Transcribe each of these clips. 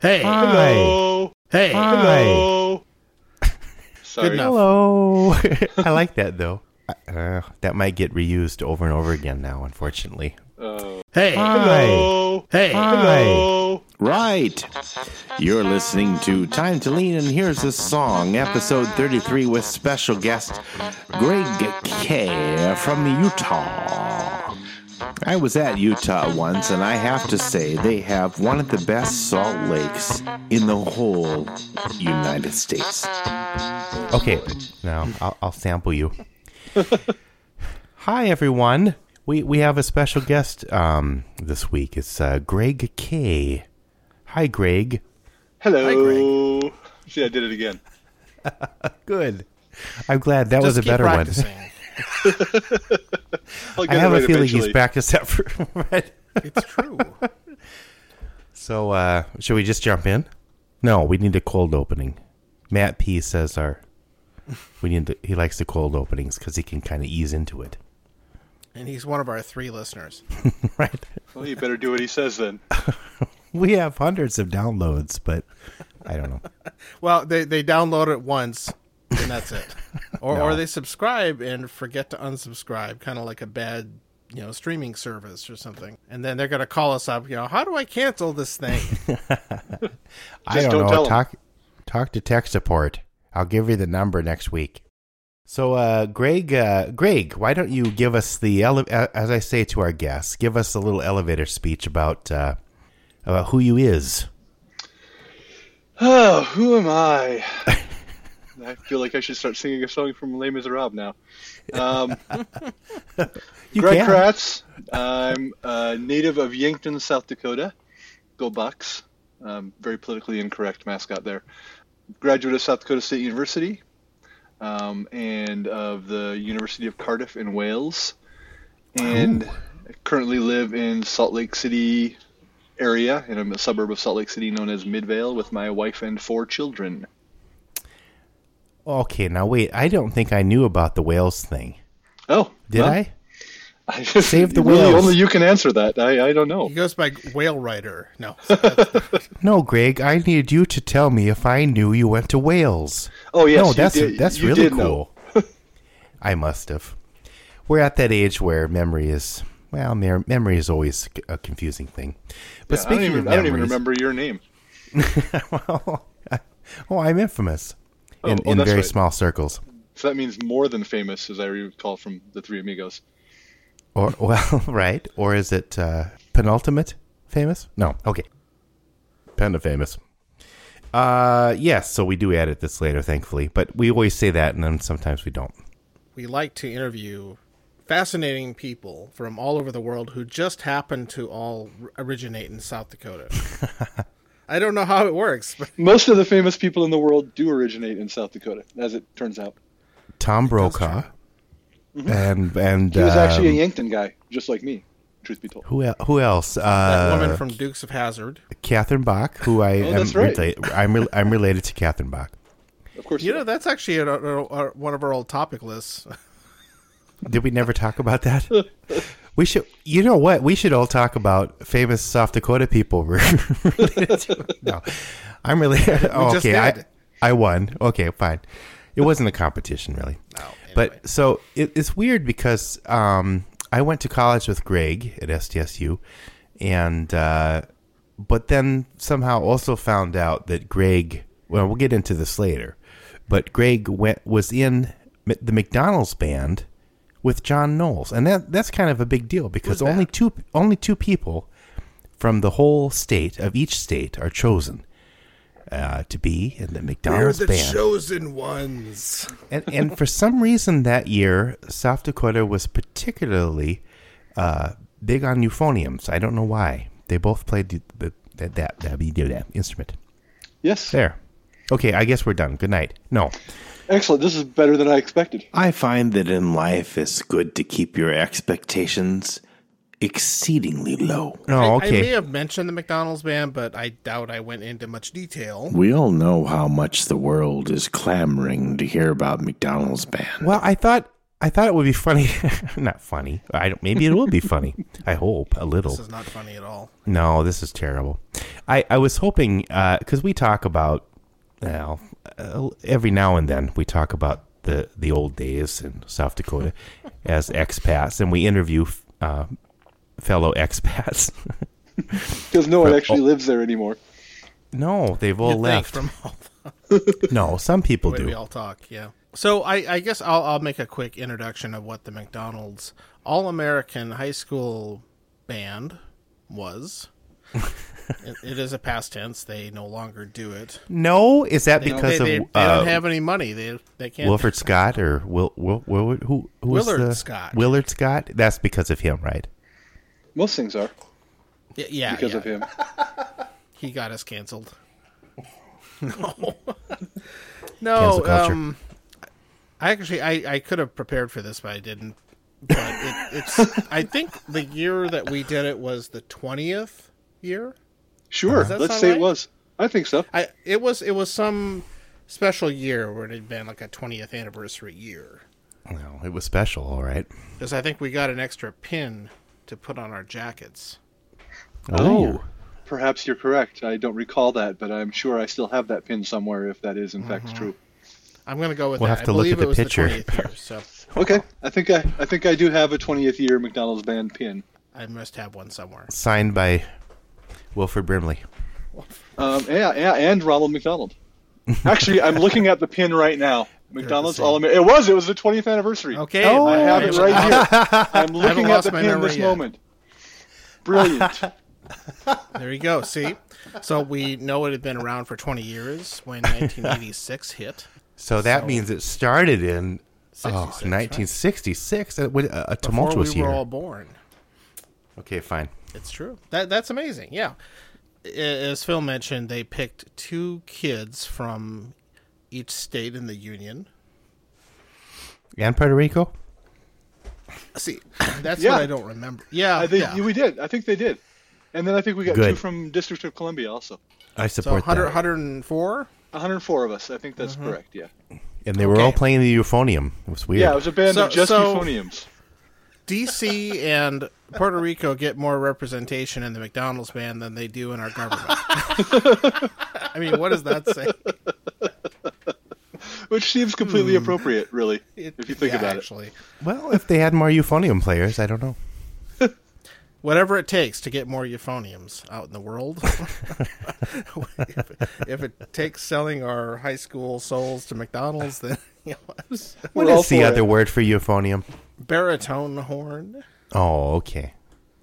Hey. Hi. Hello. Hey. Hi. Hello. Sorry. enough. Hello. I like that though. Uh, that might get reused over and over again now, unfortunately. Oh. Hey. Hi. Hello. Hey. Hello. Right. You're listening to Time to Lean, and here's a song, episode 33, with special guest Greg K. from Utah. I was at Utah once, and I have to say, they have one of the best salt lakes in the whole United States. Okay, now I'll, I'll sample you. Hi, everyone. We we have a special guest um, this week. It's uh, Greg K. Hi, Greg. Hello. Hi, See, I did it again. Good. I'm glad that Just was a keep better one. practicing. I'll I get it have a right feeling eventually. he's practiced that for. right. It's true. So, uh, should we just jump in? No, we need a cold opening. Matt P says our we need the, he likes the cold openings because he can kind of ease into it. And he's one of our three listeners. Right. Well, you better do what he says then. We have hundreds of downloads, but I don't know. Well, they, they download it once and that's it. Or, or No. they subscribe and forget to unsubscribe, kind of like a bad you know streaming service or something. And then they're going to call us up, you know, how do I cancel this thing? I don't, Just don't know. tell 'em. talk talk to tech support. I'll give you the number next week. So, uh, Greg, uh, Greg, why don't you give us the ele- a- as I say to our guests, give us a little elevator speech about uh, about who you is. Oh, who am I? I feel like I should start singing a song from Les Miserables now. Um, You Greg can. Kratz. I'm a native of Yankton, South Dakota. Go Bucks. Um, very politically incorrect mascot there. Graduate of South Dakota State University um, and of the University of Cardiff in Wales. And I currently live in Salt Lake City area in a suburb of Salt Lake City known as Midvale with my wife and four children. Okay, now wait. I don't think I knew about the whales thing. Oh, Did well, I? I just, Save the really whales. Only you can answer that. I, I don't know. He goes by Whale Rider. No. No, Greg. I need you to tell me if I knew you went to Wales. Oh yes, no, you that's did- that's you really did know. cool. I must have. We're at that age where memory is well, mer- memory is always a confusing thing. But Yeah, I speaking don't even, of I don't even memories, remember your name. well, oh, I'm infamous Oh, in, oh, in that's very right. small circles. So that means more than famous, as I recall from the Three Amigos. Or well, right? Or is it uh, penultimate famous? No, okay, penta famous. Uh, yes. So we do edit this later, thankfully. But we always say that, and then sometimes we don't. we like to interview fascinating people from all over the world who just happen to all originate in South Dakota. I don't know how it works, but Most of the famous people in the world do originate in South Dakota, as it turns out. Tom Brokaw, Mm-hmm. and and He was actually a um, Yankton guy, just like me. Truth be told, who el- who else? that Uh, woman from Dukes of Hazard. Catherine Bach, who I am Oh, that's right. rela- I'm re- I'm related to Catherine Bach. of course. You he know, was. that's actually a, a- a- one of our old topic lists. Did we never talk about that? We should, you know what? We should all talk about famous South Dakota people. we're related to. No, I'm related. just okay, I, did. I won. Okay, fine. It wasn't a competition, really. No, but so it, it's weird because um, I went to college with Greg at SDSU, and uh, but then somehow also found out that Greg. Well, we'll get into this later, but Greg went was in M- the McDonald's band with John Knowles, and that that's kind of a big deal because only two only two people from the whole state of each state are chosen uh, to be in the McDonald's band. Oh, chosen ones. And, and for some reason that year, South Dakota was particularly uh, big on euphoniums. I don't know why. They both played the, the, that, that, that, that instrument. yes, There. Okay, I guess we're done. Good night. No. excellent. This is better than I expected. I find that in life it's good to keep your expectations exceedingly low. No, I may Oh, okay. have mentioned the McDonald's band, but I doubt I went into much detail. We all know how much the world is clamoring to hear about McDonald's band. Well, I thought I thought it would be funny. Not funny. I don't, maybe it will be funny. I hope a little. This is not funny at all. No, this is terrible. I, I was hoping because we talk about well uh, every now and then we talk about the the old days in South Dakota as expats, and we interview uh, fellow expats. Because no one oh. actually lives there anymore. no, they've all You'd think left. from all the no, some people way we do. all talk. Yeah. So I, I guess I'll, I'll make a quick introduction of what the McDonald's All American High School Band was. it, it is a past tense. They no longer do it No, is that because they, they, of they uh, don't have any money. They they can't. Wilfred Scott or Will, Will, Will who who was Willard the- Scott. Willard Scott? That's because of him, right? Most things are Y- yeah, because yeah. of him. he got us canceled. Cancel no, no. culture. Um, I actually I, I could have prepared for this, but I didn't. But it, it's I think the year that we did it was the twentieth year. Sure, that let's sound say right? it was. I think so. I it was it was some special year where it had been like a twentieth anniversary year Well, it was special, all right. because I think we got an extra pin to put on our jackets. Oh, Perhaps you're correct. I don't recall that, but I'm sure I still have that pin somewhere if that is in Mm-hmm. fact true. I'm gonna go with We'll that. have I to look believe at the it was picture. the 20th year, so Okay, I think I, I think I do have a 20th year McDonald's band pin. I must have one somewhere. signed by Wilfred Brimley. Um, yeah, yeah, and Ronald McDonald. Actually, I'm looking at the pin right now. McDonald's same. All American. It was. It was the 20th anniversary. Okay, Oh, I have it right here. I'm looking at lost the my pin memory this yet. moment. Brilliant. There you go. See, so we know it had been around for 20 years when 1986 hit. So that means it started in oh, 66, right? 1966, uh, what- a, a Before we tumultuous were year. all born. Okay, fine. It's true. That that's amazing. Yeah. A- As Phil mentioned, they picked two kids from each state in the union. And Puerto Rico? See, that's Yeah. what I don't remember. Yeah, I think yeah. we did. I think they did. And then I think we got two Good. from District of Columbia also. I so support 100, that. 104. 104 of us. I think Mm-hmm. that's correct. Yeah. And they were all Okay. playing the euphonium. It was weird. Yeah, it was a band So- of just so- euphoniums. DC and Puerto Rico get more representation in the McDonald's ban than they do in our government. I mean, what does that say? which seems completely appropriate, really, Hmm. It- if you think yeah, about it. actually. well, if they had more euphonium players, I don't know. whatever it takes to get more euphoniums out in the world. if, if it takes selling our high school souls to McDonald's, then you know, What all is the for other it. word for euphonium? baritone horn. Oh, okay.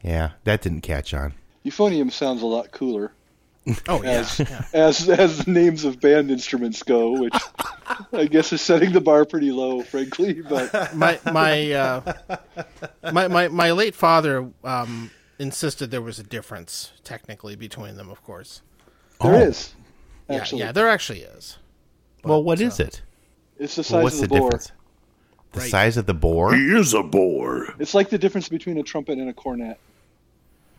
Yeah, that didn't catch on. Euphonium sounds a lot cooler Oh yeah, as as as the names of band instruments go, which I guess is setting the bar pretty low, frankly. But my my uh, my, my my late father um, insisted there was a difference technically between them. Of course, there Oh. is yeah, actually yeah, there actually is. well, uh, what is it? it's the size Well, what's of the, the, bore. difference? The Right. size of the bore? He is a bore. It's like the difference between a trumpet and a cornet.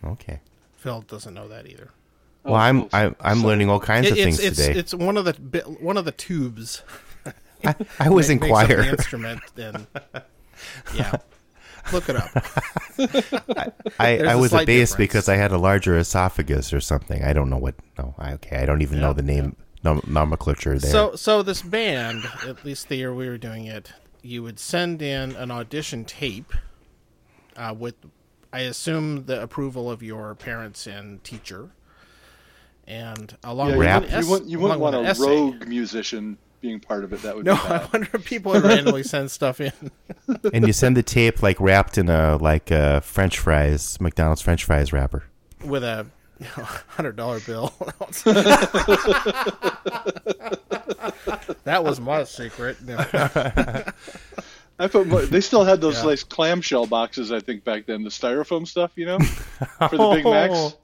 Okay. Phil doesn't know that either. Oh, Well, I'm I'm, I'm learning all kinds It- of things it's it's today. it's one of the bit, one of the tubes. I, I was in Makes up the choir. instrument and yeah, look it up. I, There's I a was slight abased difference. because I had a larger esophagus or something. I don't know what. No, I, okay, I don't even know the name nom- nomenclature there. So, so this band, at least the year we were doing it, you would send in an audition tape uh, with, I assume, the approval of your parents and teacher, and along Yeah, you with an Rap. wouldn't- ess- you wouldn't, you wouldn't along with want an a essay. rogue uh, musician being part of it. That would No, be bad. I wonder if people would randomly send stuff in. and you send the tape like wrapped in a like a French fries McDonald's French fries wrapper. with a you know, hundred dollar bill. that was my secret. No. I put mo- they still had those like clamshell boxes. I think back then the styrofoam stuff, you know, for the Big Macs.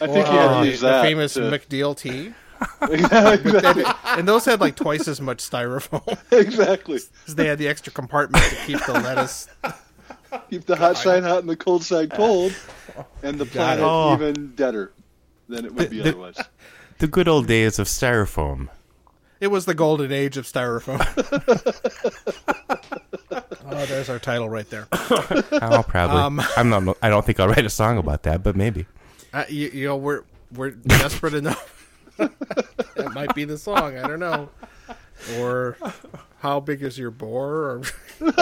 I think you had Uh, to the, use that. famous to- McDeal tea, exactly. and those had like twice as much styrofoam. exactly. 'Cause they had the extra compartment to keep the lettuce. Keep the hot side hot and the cold side cold, and the planet Oh. even deader than it would be The- the- otherwise. The good old days of styrofoam. It was the golden age of styrofoam. Oh, there's our title right there. I'll probably. Um, I'm not. I don't think I'll write a song about that, but maybe. Uh, you, you know, we're we're desperate enough. that might be the song. I don't know. Or how big is your bore? Or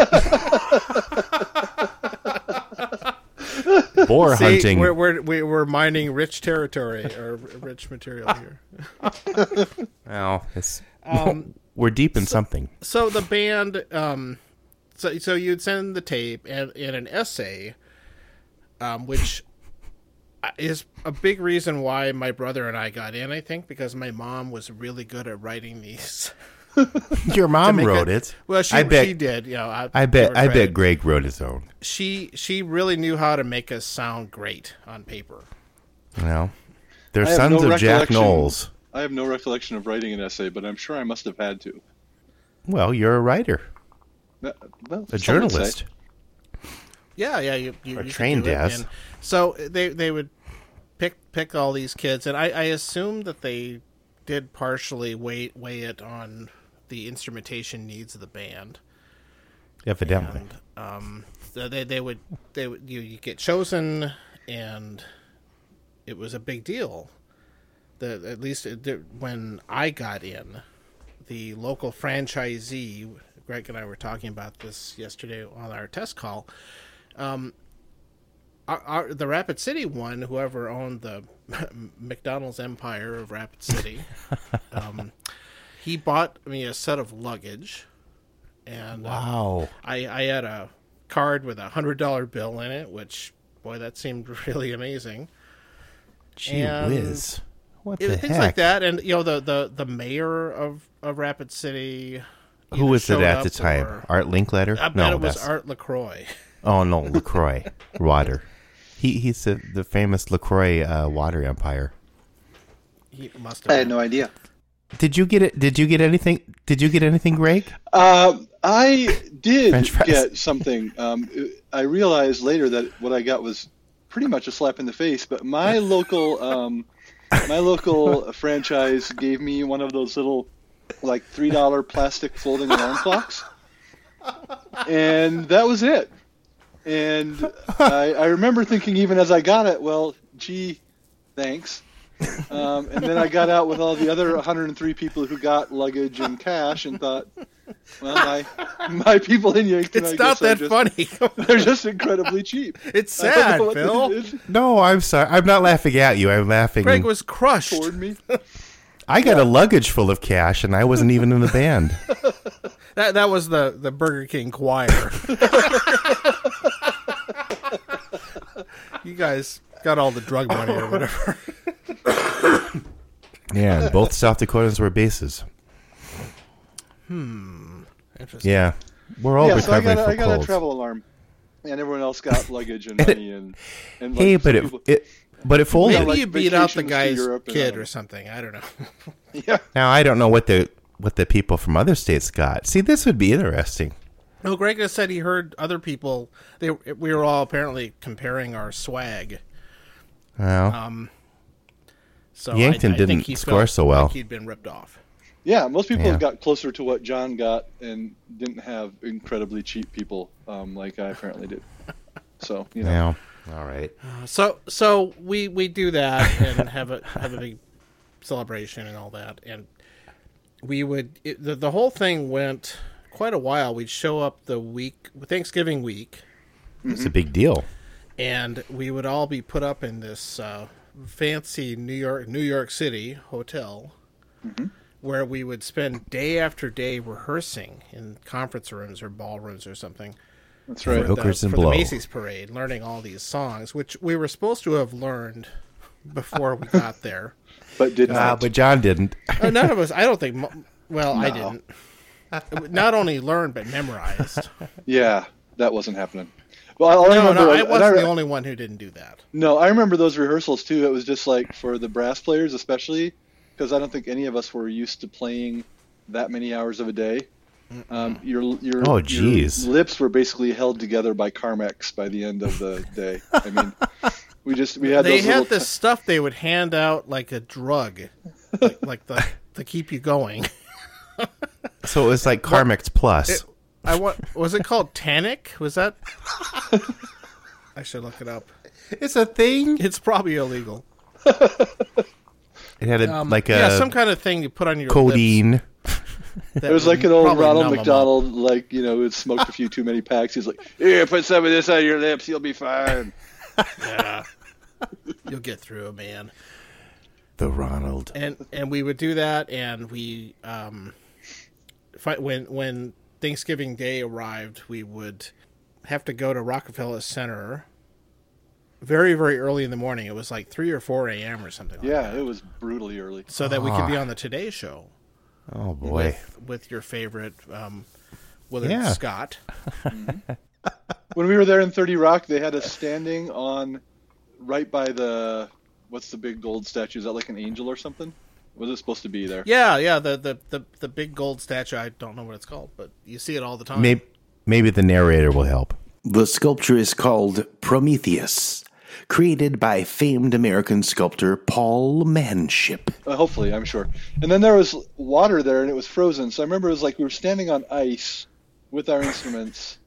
Boar See, hunting. We're, we're we- we're mining rich territory or rich material here. Well, it's, we're deep in something. Uh, So the band, um, so so you'd send the tape and, and an essay, um, which is a big reason why my brother and I got in. I think because my mom was really good at writing these. Your mom make wrote it- it. Well, she I bet. she did. You know, I, I give bet. her I credit. bet Greg wrote his own. she she really knew how to make us sound great on paper. You know, they're I have sons no of Jack recollection. Knowles. I have no recollection of writing an essay, but I'm sure I must have had to. Well, you're a writer, Uh, Well, a some would say. journalist. Yeah, yeah, you, you, you could trained do it. as. And So they they would pick pick all these kids, and I, I assume that they did partially weigh weigh it on the instrumentation needs of the band. Evidently, Um, so they they would they would you, you get chosen, and it was a big deal. The at least it, did- when I got in, the local franchisee Greg and I were talking about this yesterday on our test call. um, our, our, the Rapid City one, whoever owned the McDonald's empire of Rapid City, um, he bought me a set of luggage, and uh, wow. I, I had a card with a hundred dollar bill in it, which boy, that seemed really amazing. Gee And- whiz, what It- the things heck? like that, and you know the the, the mayor of, of Rapid City. Who either was it showed at up the time? or- Art Linkletter? I bet no, it was that's- Art Lacroix. Oh no, Lacroix water. He he's the, the famous Lacroix uh, water empire. He must I have. had been. no idea. Did you get it? Did you get anything? Did you get anything, Greg? Uh, I did French fries. get something. Um, I realized later that what I got was pretty much a slap in the face. But my local, um, my local franchise gave me one of those little, like three dollar plastic folding alarm clocks, and that was it. And I, I remember thinking, even as I got it, well, gee, thanks. Um, and then I got out with all the other 103 people who got luggage and cash and thought, well, my, my people in Yankton, It's I not guess are that just, funny. They're just incredibly cheap. it's I don't sad, know what Phil. it is No, I'm sorry. I'm not laughing at you. I'm laughing. Greg was crushed. toward me. I got a luggage full of cash, and I wasn't even in the band. That that was the the Burger King choir. you guys got all the drug money or whatever. Yeah, and both South Dakotans were bases. Interesting. Yeah, we're all yeah, so I recovering got, a, I from got a colds. travel alarm, and everyone else got luggage and money and. and like hey, but it, people- it but it folded. Maybe like you beat out the vacations to guy's Europe and kid all. or something. I don't know. yeah, Now I don't know what the what the people from other states got. See, this would be interesting. No, Greg just said he heard other people. They we were all apparently comparing our swag. Well, So Yankton I, I didn't think he score felt so well. Like he'd been ripped off. yeah. Most people Yeah. got closer to what John got and didn't have incredibly cheap people um, like I apparently did. So you know, now all right. Uh, So so we we do that and have a have a big celebration and all that and we would it, the, the whole thing went quite a while. We'd show up the week Thanksgiving week It's a big deal. and we would all be put up in this uh, fancy New York New York City hotel Mm-hmm. where we would spend day after day rehearsing in conference rooms or ballrooms or something that's right. the- Hookers and for blow. the Macy's parade, learning all these songs, which we were supposed to have learned before we got there. But did Ah, not. but John didn't. Uh, None of us, I don't think. mo- Well, I didn't. Not only learned but memorized. yeah, that wasn't happening. Well, all I No, remember, no, I and wasn't re- the only one who didn't do that. No, I remember those rehearsals too. It was just like for the brass players, especially, because I don't think any of us were used to playing that many hours of a day. Um, your your, Oh, your geez. lips were basically held together by Carmex by the end of the day. I mean, we just we had they those little had this stuff they would hand out like a drug, like, like the to keep you going. So it was like Carmex Plus. I want. Was it called Tannic? Was that? I should look it up. It's a thing. It's probably illegal. It had a, like a yeah, some kind of thing you put on your lips codeine. that It was would like an old probably numb Ronald 'em up. McDonald, like you know, who had smoked a few too many packs. He's like, "Here, put some of this on your lips, you'll be fine." You'll get through, it, man. The Ronald. and and we would do that and we um fi- when when thanksgiving day arrived we would have to go to rockefeller center very very early in the morning it was like 3 or 4 a.m or something like Yeah, it was brutally early. that, so that we could be on the today show Oh boy. with, with your favorite um Willard Yeah. Scott. When we were there in Thirty Rock, they had us standing on right by the what's the big gold statue? Is that like an angel or something? Was it supposed to be there? Yeah, yeah, the, the the the big gold statue. I don't know what it's called, but you see it all the time. Maybe maybe the narrator will help. The sculpture is called Prometheus, created by famed American sculptor Paul Manship. Uh, hopefully, I'm sure. And then there was water there, and it was frozen. So I remember it was like we were standing on ice with our instruments,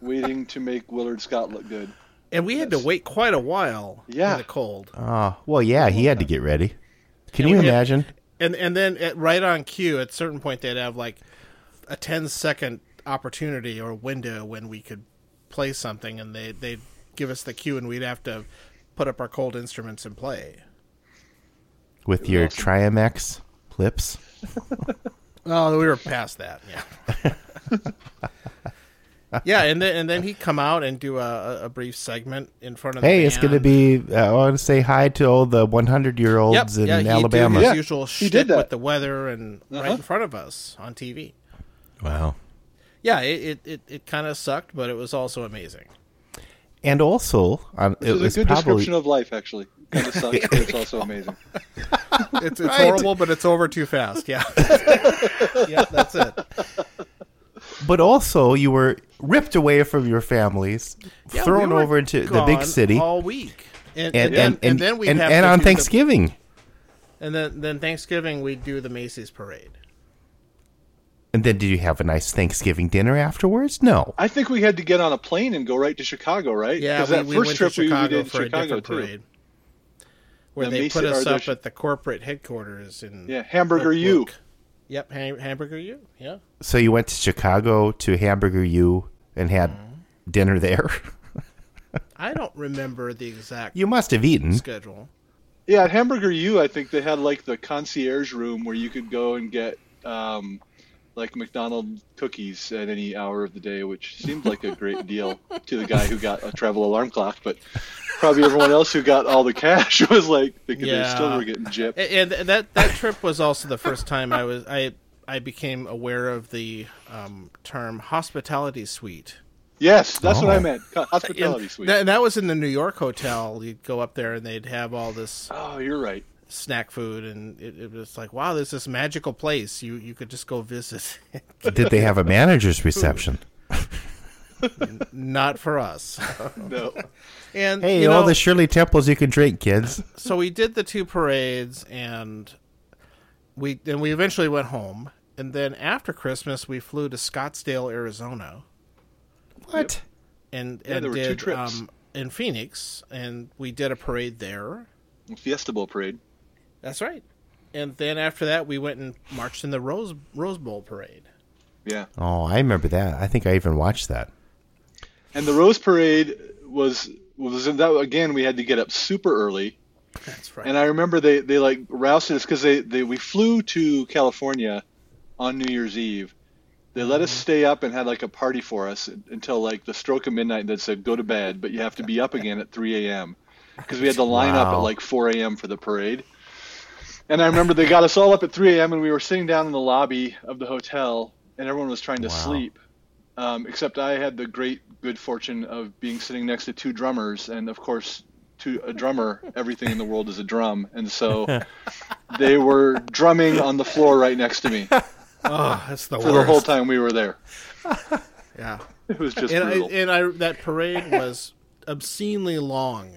waiting to make Willard Scott look good. and we had to wait quite a while Yeah. in the cold. Oh well, yeah, he had to get ready. Can you we had- imagine? and and then at, right on cue at certain point they'd have like a 10 second opportunity or window when we could play something and they they'd give us the cue and we'd have to put up our cold instruments and play with your Triamex lips. oh we were past that yeah yeah and then and then he'd come out and do a, a- a brief segment in front of the Hey, it's going to band. be. Uh, I want to say hi to all the 100 year yep, olds in yeah, he'd do Alabama. his Yeah, usual he shtick did that. Uh-huh. with the weather and right in front of us on tv Wow. yeah it it, it, it kind of sucked but it was also amazing And also, um, It it was, was a good probably. description of life, actually. Kind of sucks, but it's also amazing. It's, it's horrible, but it's over too fast. Yeah. yeah, that's it. but also, you were ripped away from your families, Yeah, thrown we were over into the big gone city, all week, and and, and, and, then we and, and on Thanksgiving. and then then Thanksgiving we do the Macy's parade. And then, did you have a nice Thanksgiving dinner afterwards? No. I think we had to get on a plane and go right to Chicago, right? Yeah, 'Cause we, that we first went trip to we- Chicago we did for a Chicago different too. parade, where The they put Macy- us or the up Ch- at the corporate headquarters in Yeah, Hamburger U. Oak Brook. Yep, ham- hamburger U. Yeah. So you went to Chicago to Hamburger U and had dinner there. I don't remember the exact you must have eaten. schedule. Yeah, at Hamburger U, I think they had like the concierge room where you could go and get um, like McDonald cookies at any hour of the day, which seemed like a great deal to the guy who got a travel alarm clock. But probably everyone else who got all the cash was like thinking they Yeah. still were getting gypped. A- and th- that that trip was also the first time I was I I became aware of the um, term hospitality suite. Yes, that's what Oh. I meant. Co- Hospitality And suite. that- and that was in the New York hotel. You'd go up there and they'd have all this oh, you're right. snack food, and it, it was like, wow, there's this magical place you you could just go visit. Did they have a manager's reception? Not for us. No. And Hey, you all know, the Shirley Temples you can drink, kids. so we did the two parades and we and we eventually went home and then after christmas we flew to scottsdale arizona What? and Yeah, and there were two did trips. um in phoenix and we did a parade there Fiesta Bowl parade. that's right and then after that we went and marched in the rose rose bowl parade Yeah. Oh, I remember that. I think I even watched that. And the Rose Parade was was that again. We had to get up super early, that's right and I remember they they like rousted us because they they we flew to California on New Year's Eve. They let us stay up and had like a party for us until like the stroke of midnight. That said, go to bed, but you have to be up again at 3 a.m. because we had to line up at Wow. like 4 a.m. for the parade. And I remember they got us all up at 3 a.m. and we were sitting down in the lobby of the hotel, and everyone was trying to Wow. sleep. Um, except I had the great good fortune of being sitting next to two drummers, and of course, to a drummer, everything in the world is a drum, and so they were drumming on the floor right next to me for oh that's the the worst whole time we were there. yeah It was just and I, brutal. and I that parade was obscenely long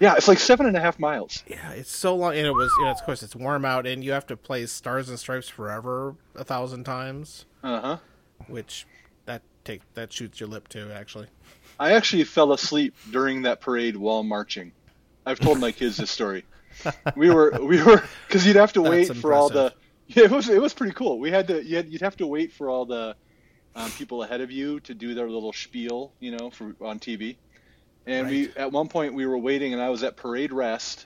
yeah, it's like seven and a half miles. Yeah, it's so long, and it was. You know, of course, it's warm out, and you have to play Stars and Stripes Forever a thousand times, Uh huh. which that take that shoots your lip too. Actually, I actually fell asleep during that parade while marching. I've told my kids this story. We were we were because you'd have to That's wait for all the. impressive. Yeah, it was it was pretty cool. We had to you had, you'd have to wait for all the um, people ahead of you to do their little spiel, you know, for on TV. And we at one point we were waiting, and I was at parade rest,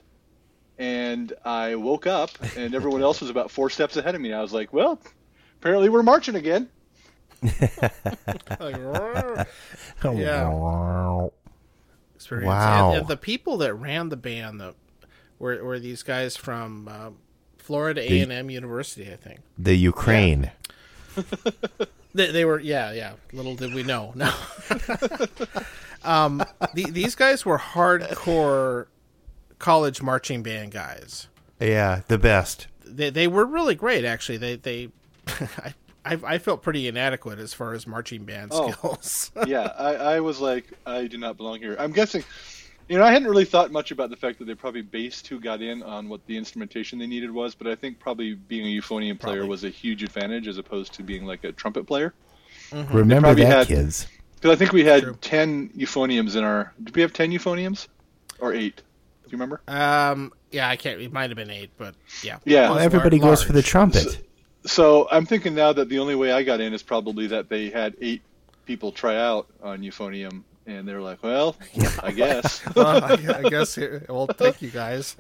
and I woke up, and everyone else was about four steps ahead of me. I was like, well, apparently we're marching again. Like, roar. Oh, Oh, Yeah. experience. Wow. And, and the people that ran the band the, were were these guys from uh, Florida A and M University, I think. The Ukraine. They, they were, yeah, yeah. Little did we know. No. um, the, these guys were hardcore college marching band guys. Yeah, the best. They they were really great, actually. They they, I I, I felt pretty inadequate as far as marching band Oh. skills. yeah, I, I was like, I do not belong here. I'm guessing, you know, I hadn't really thought much about the fact that they probably based who got in on what the instrumentation they needed was, but I think probably being a euphonium player Probably. was a huge advantage as opposed to being like a trumpet player. Remember Probably that, had- kids. Because I think we had ten euphoniums in our. Did we have ten euphoniums, or eight? Do you remember? um, yeah, I can't. It might have been eight, but yeah. Yeah. Well, everybody lar- goes for the large. trumpet. So I'm thinking now that the only way I got in is probably that they had eight people try out on euphonium, and they're like, well, I guess. well, I, I guess it, well, thank you guys.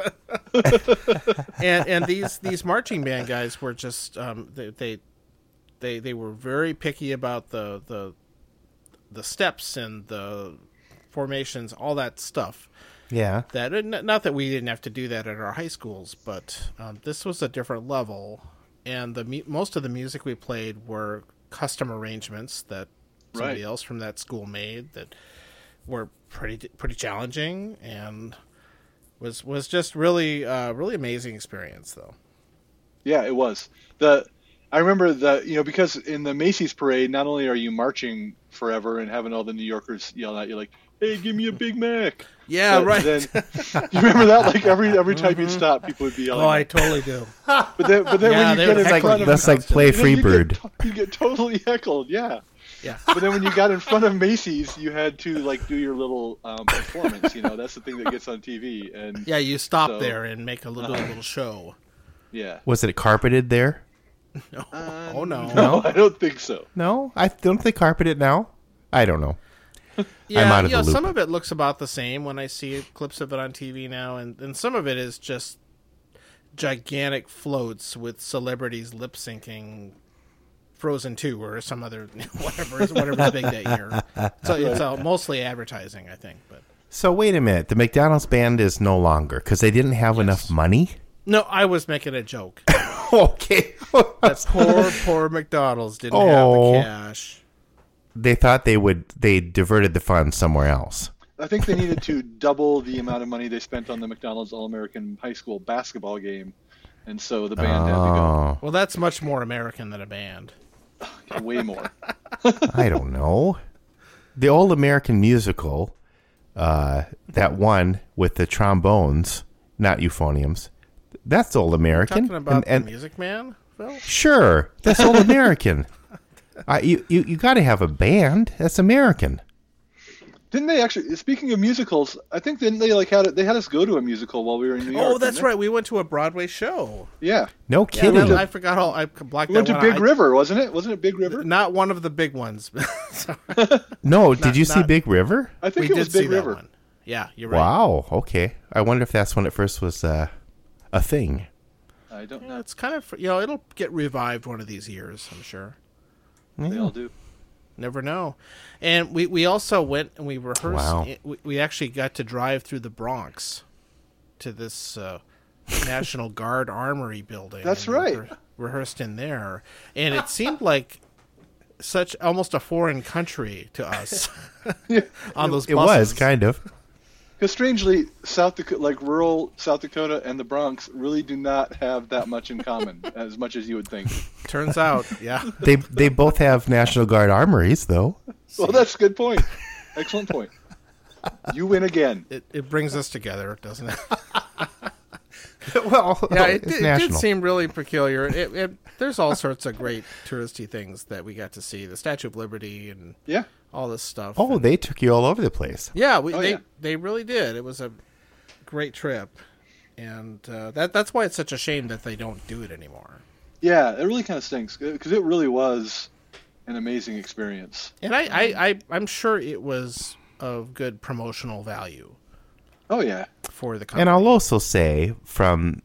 and and these these marching band guys were just um, they, they they they were very picky about the the the steps and the formations, all that stuff. Yeah. That n- not that we didn't have to do that at our high schools, but um, this was a different level. And the mu- most of the music we played were custom arrangements that somebody Right. else from that school made that were pretty pretty challenging and was was just really uh, really amazing experience though. Yeah, it was. The I remember the you know because in the Macy's parade, not only are you marching forever and having all the New Yorkers yell at you like, "Hey, give me a Big Mac!" Yeah, But right. Mm-hmm. Then, you remember that like every every time you'd stop, people would be yelling. oh, I totally do. But then, but then Yeah, when they you get were in That's front like, of that's like play you know, you get Freebird. to- you get totally heckled. Yeah. Yeah. But then when you got in front of Macy's, you had to like do your little um, performance. You know, that's the thing that gets on TV. And Yeah, you stop So- there and make a little little show. yeah, Was it carpeted there? oh no. no, I don't think so. No, I don't they carpet it now. I don't know. Yeah, out of you the know, loop. some of it looks about the same when I see clips of it on TV now, and, and some of it is just gigantic floats with celebrities lip syncing Frozen Two or some other whatever is whatever's big that year. So it's uh, mostly advertising, I think. But So wait a minute. The McDonald's band is no longer because they didn't have enough money. no, I was making a joke. okay. poor, poor McDonald's didn't Oh. have the cash. they thought they would. They diverted the funds somewhere else. I think they needed to double the amount of money they spent on the McDonald's All American High School basketball game. And so the band had Well, that's much more American than a band. to go way more. I don't know. The All American Musical, uh, that one with the trombones, not euphoniums. That's All American. Talking about and, the and Music Man, Phil. sure, that's All American. I you you, you got to have a band that's American. Didn't they actually? Speaking of musicals, I think didn't they like had it? They had us go to a musical while we were in New York. Oh, that's didn't right. We went to a Broadway show. they? Yeah, No And kidding. I- I forgot all. I blocked we went that to one Big out. I- River, wasn't it? Wasn't it Big River? Not one of the big ones. Sorry. no, did you see not- Big River? I think we it did was see Big River. that one. Yeah, you're right. Wow. Okay. I wonder if that's when it first was uh, a thing. I don't Yeah, know. It's kind of you know it'll get revived one of these years. I'm sure. They all do. Never know. And we we also went and we rehearsed. Wow. We, we actually got to drive through the Bronx to this uh, National Guard Armory building. That's and we right. rehearsed in there, and it seemed like such almost a foreign country to us. on those It buses. was kind of. Because strangely, South Dakota, like rural South Dakota and the Bronx, really do not have that much in common, as much as you would think. Turns out, yeah. They they both have National Guard armories though. Well, that's a good point. Excellent point. You win again. it, it brings us together, doesn't it? well, Yeah, it, did- it it's did national. seem really peculiar. It, it, there's all sorts of great touristy things that we got to see the Statue of Liberty and Yeah. all this stuff. oh, they took you all over the place. Yeah, we, Oh, they yeah. they really did. It was a great trip, and uh, that that's why it's such a shame that they don't do it anymore. Yeah, it really kind of stinks because it really was an amazing experience. And I, I, I I'm sure it was of good promotional value Oh yeah, for the company. And I'll also say from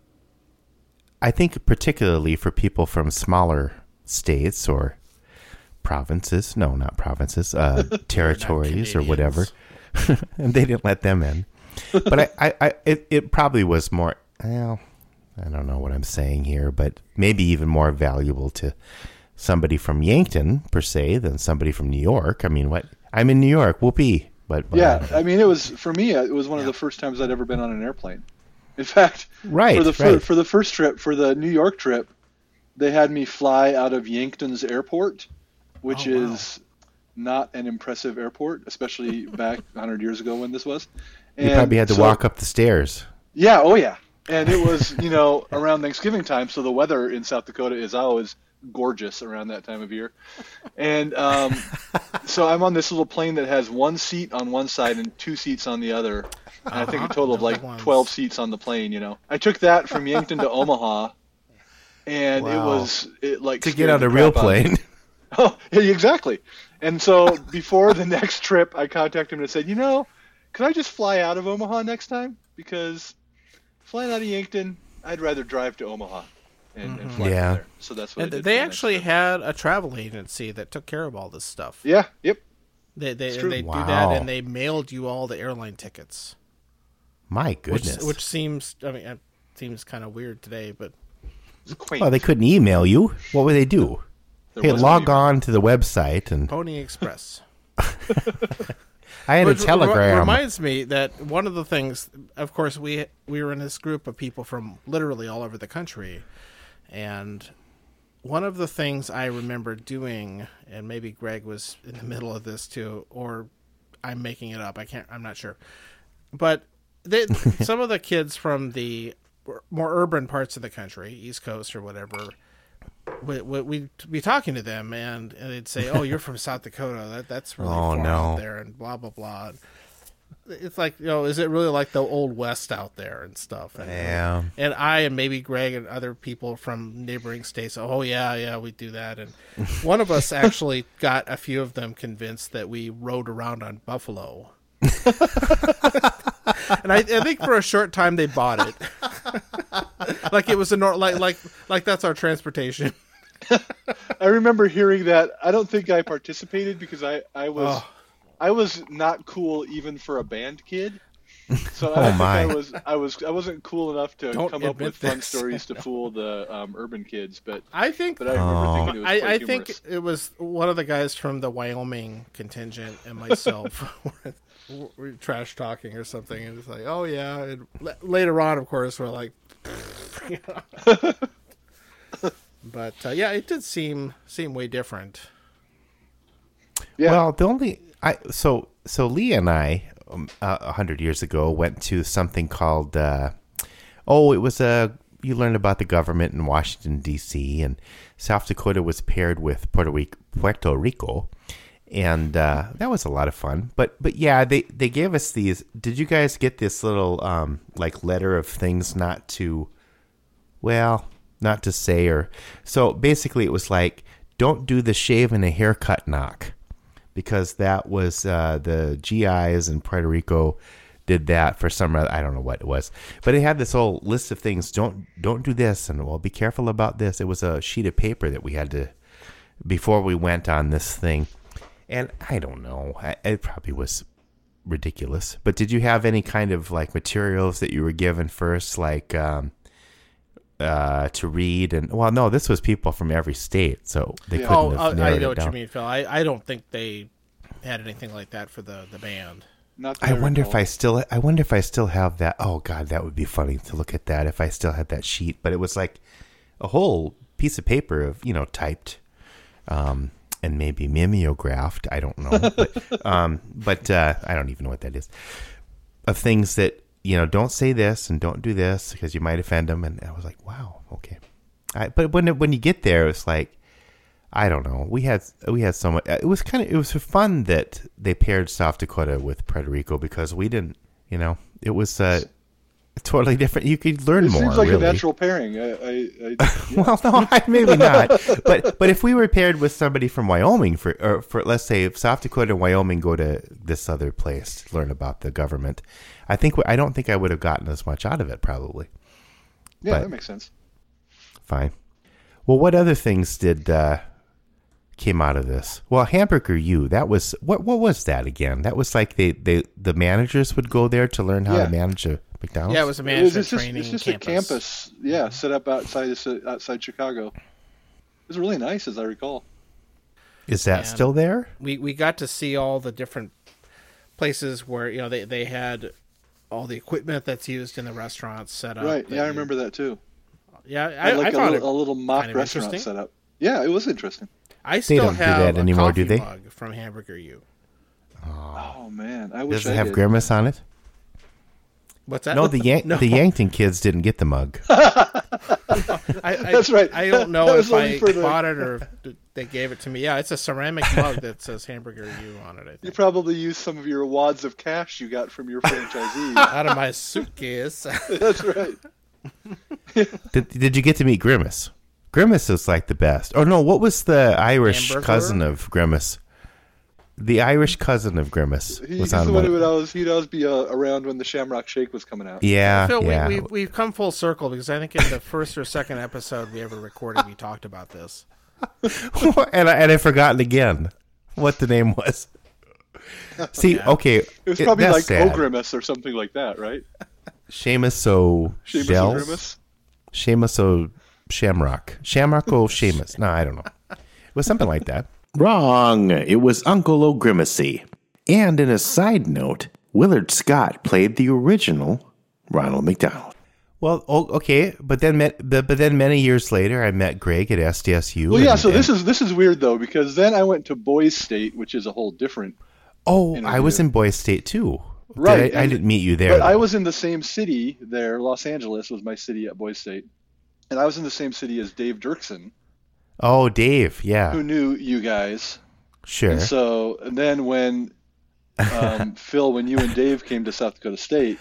I think particularly for people from smaller states or provinces, no, not provinces, uh, territories or whatever. and they didn't let them in. But I, I, I it, it probably was more well, I don't know what I'm saying here, but maybe even more valuable to somebody from Yankton per se than somebody from New York. I mean, what I'm in New York, whoopee. But yeah. I mean, it was for me. It was one of the first times I'd ever been on an airplane. In fact, Right, for the right. For, for the first trip for the New York trip, they had me fly out of Yankton's airport, which Oh, wow. is not an impressive airport, especially back 100 years ago when this was. you probably had to so- walk up the stairs. Yeah, oh yeah. And it was, you know, around Thanksgiving time, so the weather in South Dakota is always gorgeous around that time of year. And um, so I'm on this little plane that has one seat on one side and two seats on the other. And I Uh-huh. think a total of like Number ones. 12 seats on the plane, you know. I took that from Yankton to Omaha. And it Wow. was it like to get scared on the a real crap out of me. plane. Oh, yeah, exactly. And so before the next trip, I contacted him and said, you know, could I just fly out of Omaha next time? Because flying out of Yankton, I'd rather drive to Omaha and, and fly Yeah. yeah. there. So that's what I And did they for the next actually trip. had a travel agency that took care of all this stuff. yeah, yep, They they, true. and they do Wow. that, and they mailed you all the airline tickets, My which goodness. which seems I mean it seems kind of weird today, but it's quaint. well, Oh, they couldn't email you. What would they do? There hey, was log no- on to the website, and Pony Express. I had a Which re- telegram. reminds me that one of the things, of course, we we were in this group of people from literally all over the country, and one of the things I remember doing, and maybe Greg was in the middle of this too, or I'm making it up. I can't. I'm not sure, but they, some of the kids from the more urban parts of the country, East Coast or whatever, we, we, we'd be talking to them and, and they'd say, "Oh, you're from South Dakota. That that's really Oh, far no. out there," and blah blah blah. It's like, you know, is it really like the old West out there and stuff? And, Yeah. And I and maybe Greg and other people from neighboring states. Oh yeah, yeah, we do that. And one of us actually got a few of them convinced that we rode around on buffalo. and I, I think for a short time they bought it like it was a nor- like like like that's our transportation. I remember hearing that. I don't think I participated because I I was Oh. I was not cool even for a band kid. So I, think my. I was I was I wasn't cool enough to Don't come up admit with fun this. stories to fool the um, urban kids, but I think but I remember thinking Oh. it was I, quite I think humorous. it was one of the guys from the Wyoming contingent and myself were, were trash talking or something, and it's like, oh yeah. And la- later on, of course, we're like, but uh, yeah, it did seem seem way different. Yeah. Well, the only I so so Lee and I um, uh, a hundred years ago went to something called uh, oh it was a you learned about the government in Washington D.C. and South Dakota was paired with Puerto Rico, Puerto Rico and uh, that was a lot of fun. But but yeah they they gave us these. Did you guys get this little um, like letter of things not to well, not to say or so basically it was like don't do the shave and a haircut knock because that was uh, the GIs in Puerto Rico did that for some I don't know what it was. But it had this whole list of things don't don't do this and well be careful about this. It was a sheet of paper that we had to before we went on this thing. And I don't know. I, it probably was ridiculous. But did you have any kind of like materials that you were given first like um uh, to read and well, no, this was people from every state, so they couldn't Oh, have uh, narrowed I know it what you down. mean, Phil. I, I don't think they had anything like that for the the band. Not that I wonder if recall. I still I wonder if I still have that. Oh god, that would be funny to look at that if I still had that sheet, but it was like a whole piece of paper of, you know, typed um and maybe mimeographed, I don't know. but, um but uh I don't even know what that is. Of things that you know, don't say this and don't do this because you might offend them. And I was like, wow, okay. I, but when it- when you get there, it's like, I don't know. We had we had so much. uh, It was kind of it was fun that they paired South Dakota with Puerto Rico because we didn't. You know, it was uh, totally different. You could learn It more. seems like really. a natural pairing. I, I, I, yeah. Well, no, I- maybe not. But but if we were paired with somebody from Wyoming for or for let's say if South Dakota and Wyoming go to this other place to learn about the government, I think we- I don't think I would have gotten as much out of it. Probably yeah, but- that makes sense. fine. Well, what other things did uh, came out of this? Well, Hamburger U. That was what what was that again? That was like they they the managers would go there to learn how Yeah. to manage a McDonald's. Yeah, it was a It was- management it's just, training it's just campus. a campus, yeah, set up outside this- outside Chicago. It was really nice, as I recall. Is that Yeah. still there? we we got to see all the different places where you know they they had all the equipment that's used in the restaurants set up. right? that Yeah, I Oh, you- remember that too. Yeah, I, Had, like I a thought little, a it, little mock kind of restaurant interesting. set up. Yeah, it was interesting. I still don't do have that a anymore, do coffee they? mug from Hamburger U. Oh man, I wish Does it I have did. grimace on it? What's that? No, the Yank No. the Yankton kids didn't get the mug. I, I, That's right. I don't I know was if I looking for the- bought it or if th- they gave it to me. Yeah, it's a ceramic mug that says Hamburger U on it. I You think. probably used some of your wads of cash you got from your franchisee. Out of my suitcase. That's right. Did, did you get to meet Grimace? Grimace is like the best. Oh no, what was the Irish Hamburger? cousin of Grimace? The Irish cousin of Grimace He, was he's on the one who one. would always he'd always be uh, around when the Shamrock Shake was coming out. Yeah, Phil, yeah. we, we've, we've come full circle because I think in the first or second episode we ever recorded, we talked about this. and I and I forgotten again what the name was. See, okay, it It was probably that's like oh, sad. Ogrimus or something like that, right? Seamus O. Seamus Shells? Ogrimus. Seamus O. Shamrock, Shamrock O. Seamus. No, I don't know. It was something like that. Wrong. It was Uncle O'Grimacy. And in a side note, Willard Scott played the original Ronald McDonald. Well, o- okay, but then met, but, but then many years later, I met Greg at SDSU. Well, yeah. and- So this and- is this is weird though because then I went to Boys State, which is a whole different. oh, I interview. was in Boys State too. Did Right, I, I and- didn't meet you there. But I though. was in the same city there. Los Angeles was my city at Boys State, and I was in the same city as Dave Dirksen, Oh, Dave. Yeah, who knew you guys. sure. And so and then when um, Phil, when you and Dave came to South Dakota State,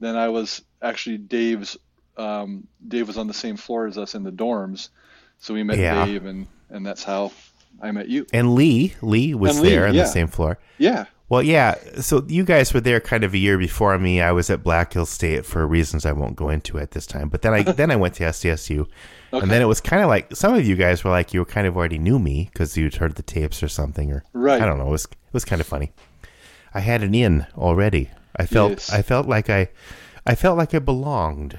then I was actually Dave's. Um, Dave was on the same floor as us in the dorms, so we met Yeah. Dave, and and that's how I met you. and Lee, Lee was And Lee, there on yeah. the same floor. Yeah. Well, yeah. So you guys were there kind of a year before me. I was at Black Hill State for reasons I won't go into at this time. But then I then I went to SDSU, and then it was kind of like some of you guys were like you were kind of already knew me because you'd heard the tapes or something or Right. I don't know. It was it was kind of funny. I had an in already. I felt Yes. I felt like I I felt like I belonged.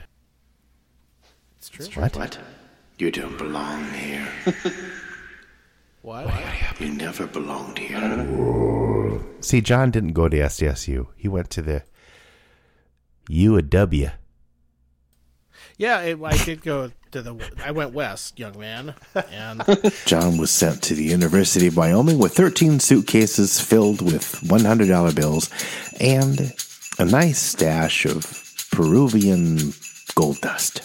It's true. What? You don't belong here. What? You never belonged here. See, John didn't go to SDSU. He went to the UAW. Yeah, it, I did go to the. I went west, young man, and John was sent to the University of Wyoming with 13 suitcases filled with $100 bills and a nice stash of Peruvian gold dust,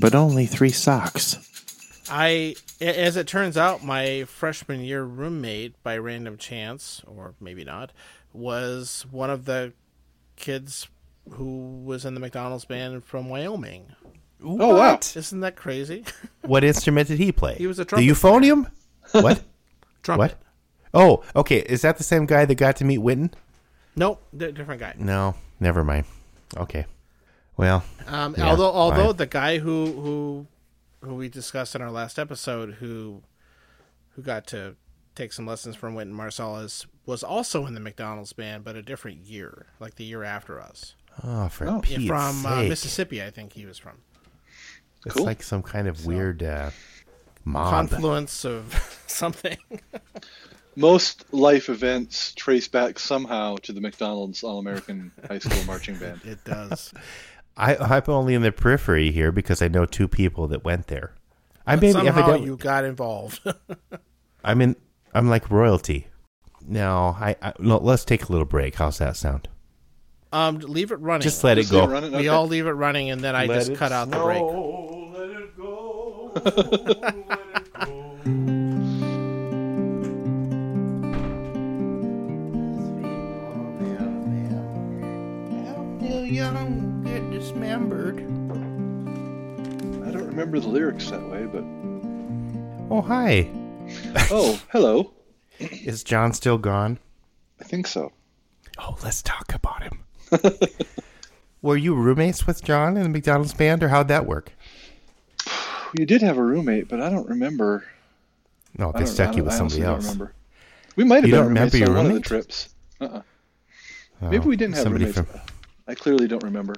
but only three socks. I, a- as it turns out, my freshman year roommate, by random chance or maybe not, was one of the kids who was in the McDonald's band from Wyoming. Oh wow. Isn't that crazy? What instrument did he play? He was a The trumpet euphonium? What? Trumpet. what? Oh, okay. Is that the same guy that got to meet Witten? Nope, di- different guy. No, never mind. Okay. Well, Um, Yeah, although although fine. the guy who who who we discussed in our last episode who who got to take some lessons from Wynton Marsalis was also in the McDonald's band, but a different year, like the year after us, oh, for Oh. Pete's from uh, sake. Mississippi, I think he was from. It's Cool. like some kind of weird uh, mob. Confluence of something. Most life events trace back somehow to the McDonald's All American High School Marching Band. It does. I, I'm only in the periphery here because I know two people that went there. I But maybe somehow evidently, you got involved. I'm in. I'm like royalty. No, I, I no, let's take a little break. How's that sound? Um, leave it running. Just let it Just leave go. it running? we Okay. all leave it running, and then I Let just it cut out the break. snow, let it go, let it go. How Neil Young get dismembered. I don't remember the lyrics that way, but Oh, hi. oh, hello. Is John still gone? I think so. Oh, let's talk about him. Were you roommates with John in the McDonald's band, or how'd that work? You did have a roommate, but I don't remember. No, I they don't- I stuck you don't- with I somebody honestly don't else. remember. We might have You been don't remember roommates your on one of the roommate? trips. Uh-uh. Oh, Maybe we didn't have somebody roommates. From, I clearly don't remember.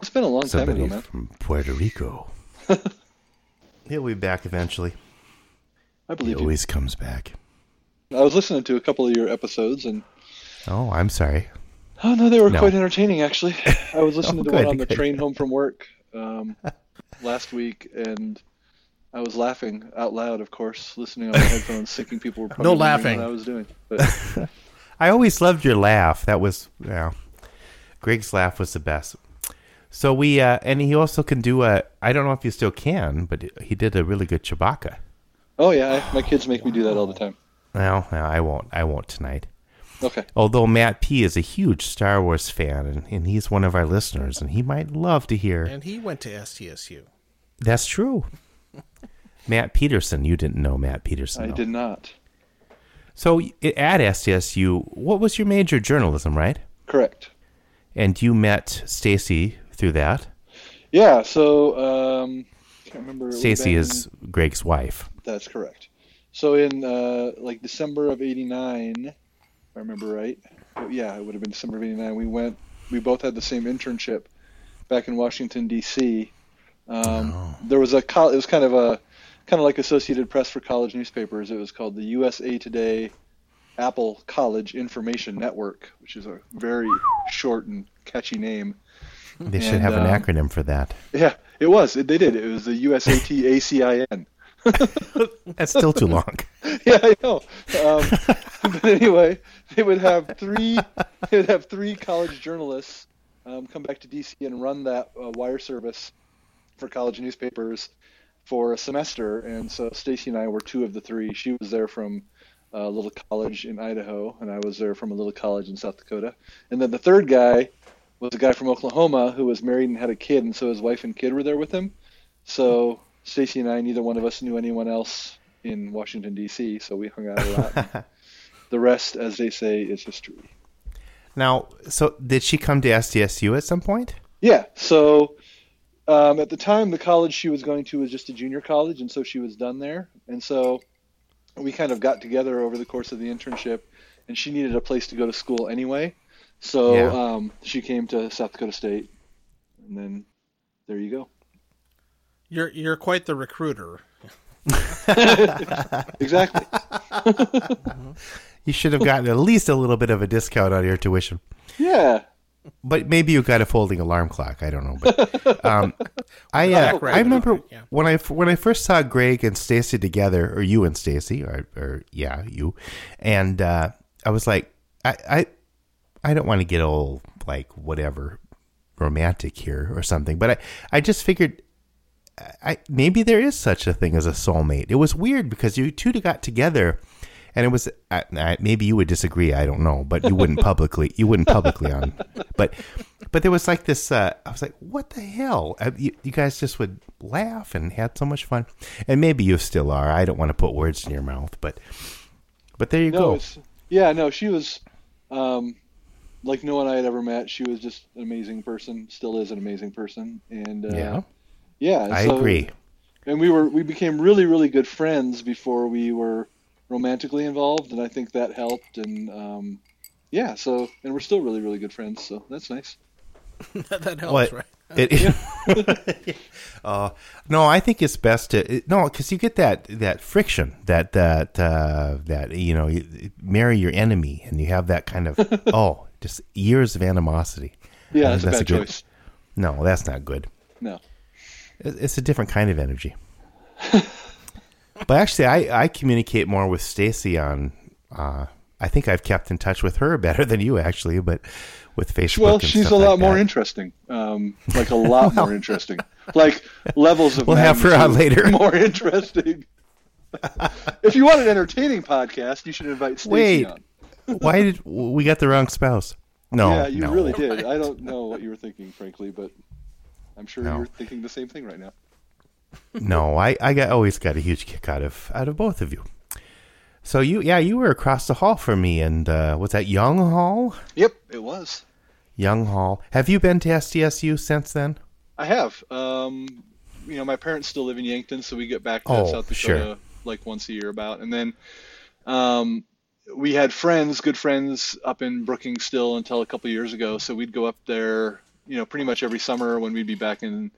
It's been a long time somebody ago, man. from Puerto Rico. He'll be back eventually. I He believe you. always comes back. I was listening to a couple of your episodes, and Oh, I'm sorry. oh no, they were No. quite entertaining actually. I was listening Oh, to one good, on the good. train home from work um, last week, and I was laughing out loud, of course, listening on my headphones, thinking people were probably No laughing. wondering what I was doing. But I always loved your laugh. That was, yeah. Greg's laugh was the best. So we, uh, and he also can do a, I don't know if you still can, but he did a really good Chewbacca. oh yeah, I, my kids make me do that all the time. Well, no, I won't. I won't tonight. Okay, Although Matt P is a huge Star Wars fan, and, and he's one of our listeners, and he might love to hear. And he went to STSU. That's true. Matt Peterson, you didn't know Matt Peterson. I though. did not. So y- at SDSU, what was your major? Journalism, right? Correct. And you met Stacy through that. Yeah. So um, can't remember. it would've Stacy been- is Greg's wife. That's correct. So in uh, like December of '89, if I remember right. oh, Yeah, it would have been December of '89. We went. We both had the same internship back in Washington D.C. Um, There was a. col it was kind of a, kind of like Associated Press for college newspapers. It was called the USA Today, Apple College Information Network, which is a very short and catchy name. They should And, have an um, acronym for that. Yeah, it was. It, they did. It was the USATACIN. That's still too long. yeah, I know. Um, but anyway, they would have three. They would have three college journalists um, come back to DC and run that uh, wire service for college newspapers for a semester. And so Stacy and I were two of the three. She was there from a little college in Idaho, and I was there from a little college in South Dakota. And then the third guy was a guy from Oklahoma who was married and had a kid, and so his wife and kid were there with him. So Stacy and I, neither one of us knew anyone else in Washington D.C., so we hung out a lot. the rest, as they say, is history. Now, so did she come to SDSU at some point? Yeah. So um, at the time, the college she was going to was just a junior college, and so she was done there. And so we kind of got together over the course of the internship, and she needed a place to go to school anyway. So Yeah. um, she came to South Dakota State, and then there you go. You're you're quite the recruiter. Exactly. You should have gotten at least a little bit of a discount on your tuition. yeah. but maybe you got a folding alarm clock. I don't know. But um, I uh, Background. I remember Yeah. when I when I first saw Greg and Stacy together, or you and Stacy, or, or yeah, you, and uh, I was like, I I, I don't want to get all like whatever romantic here or something, but I I just figured. I, maybe there is such a thing as a soulmate. It was weird because you two got together, and it was I, I, maybe you would disagree. I don't know, but you wouldn't publicly. You wouldn't publicly on, but but there was like this. Uh, I was like, what the hell? Uh, You, you guys just would laugh and had so much fun, and maybe you still are. I don't want to put words in your mouth, but but there you No, go. it's yeah, no, she was um like no one I had ever met. She was just an amazing person, still is an amazing person. And uh, Yeah. yeah, I so- agree. And we were we became really really good friends before we were romantically involved, and I think that helped. And um, yeah, so and we're still really really good friends, so that's nice. that helps, What? right? It, uh, no, I think it's best to it- no, because you get that that friction that that uh, that you know you marry your enemy, and you have that kind of oh, just years of animosity. Yeah, that's, Uh, That's a bad a good- choice. No, that's not good. No. It- It's a different kind of energy. but actually, I I communicate more with Stacy on. Uh, I- I think I've kept in touch with her better than you actually, but with Facebook. Well, and she's stuff a lot like more that. interesting. Um, like a lot more interesting. Like levels of We'll have her on magnitude later. More interesting. if you want an entertaining podcast, you should invite Stacey Wait, on. why did we got the wrong spouse? No, yeah, you Oh, no. really did. I don't know what you were thinking, frankly, but I'm sure No. you're thinking the same thing right now. no, I, I got always got a huge kick out of out of both of you. So you, yeah, you were across the hall from me, and uh, was that Young Hall? Yep, it was. Young Hall. Have you been to SDSU since then? I have. Um, you know, my parents still live in Yankton, so we get back to Oh, South Dakota sure. like once a year about. And then um, we had friends, good friends, up in Brookings still until a couple years ago. So we'd go up there, you know, pretty much every summer when we'd be back in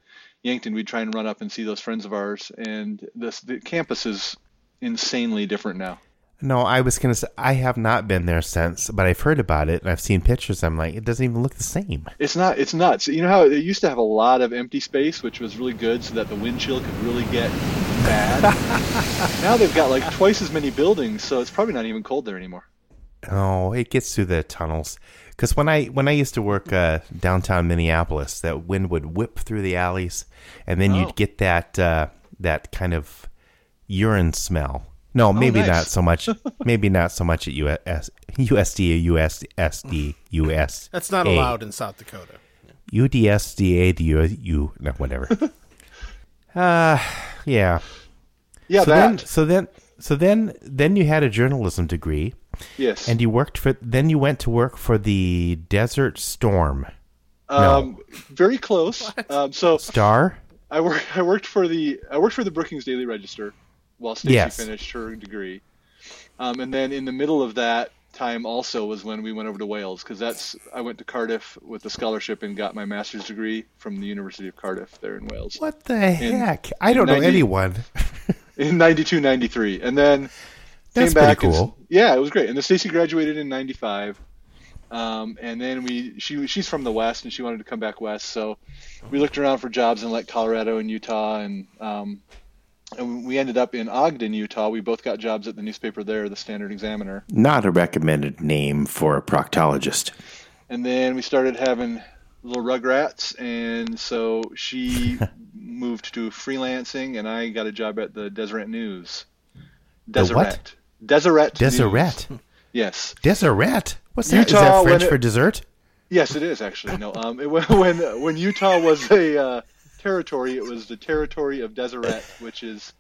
Yankton, we'd try and run up and see those friends of ours. And this, the campus is insanely different now. No, I was gonna say I have not been there since, but I've heard about it and I've seen pictures. I'm like, it doesn't even look the same. It's not. It's nuts. You know how it used to have a lot of empty space, which was really good, so that the wind chill could really get bad. now they've got like twice as many buildings, so it's probably not even cold there anymore. Oh, it gets through the tunnels. Because when I when I used to work uh, downtown Minneapolis, that wind would whip through the alleys, and then Oh. you'd get that uh, that kind of urine smell. No, maybe Oh, nice. not so much. maybe not so much at US, USD or USSD US. That's not allowed in South Dakota. UDSDA the U, U no, whatever. uh yeah. Yeah, So that. then so then so then then you had a journalism degree. yes. And you worked for then you went to work for the Desert Storm um, very close. Um, so Star. I worked. I worked for the. I worked for the Brookings Daily Register while Stacey Yes. finished her degree, um, and then in the middle of that time also was when we went over to Wales because that's. I went to Cardiff with a scholarship and got my master's degree from the University of Cardiff there in Wales. What the heck? I don't know 90 anyone. in 92 93 and then That's came back pretty and- cool. yeah it was great and then stacy graduated in 95 um, and then we she she's from the west and she wanted to come back west so we looked around for jobs in like colorado and utah and um, and we ended up in ogden utah we both got jobs at the newspaper there the standard examiner Not a recommended name for a proctologist. and then we started having little rugrats and so she moved to freelancing and i got a job at the deseret news The what? deseret News. Deseret. Yes, Deseret. What's that? Is Utah, that French when it- for dessert? yes, it is actually. No, um, it, when when Utah was a uh, territory, it was the territory of Deseret, which is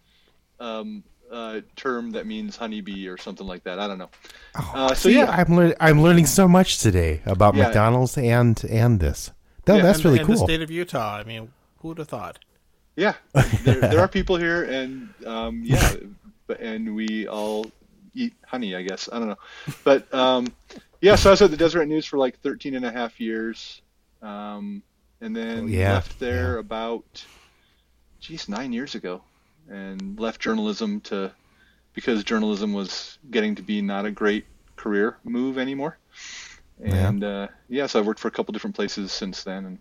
um, a term that means honeybee or something like that. I don't know. Uh, so Oh, See, yeah, I'm lear- I'm learning so much today about Yeah. McDonald's and and this. No, that's and, really and cool. the state of Utah. I mean, who would have thought? yeah, there, there are people here, and um, yeah, but and we all eat honey, I guess. I don't know, but um, yeah. So I was at the Deseret News for like 13 and a half years, um, and then Yeah, left there about, geez, nine years ago, and left journalism to because journalism was getting to be not a great career move anymore. And uh, yeah, so I've worked for a couple different places since then, and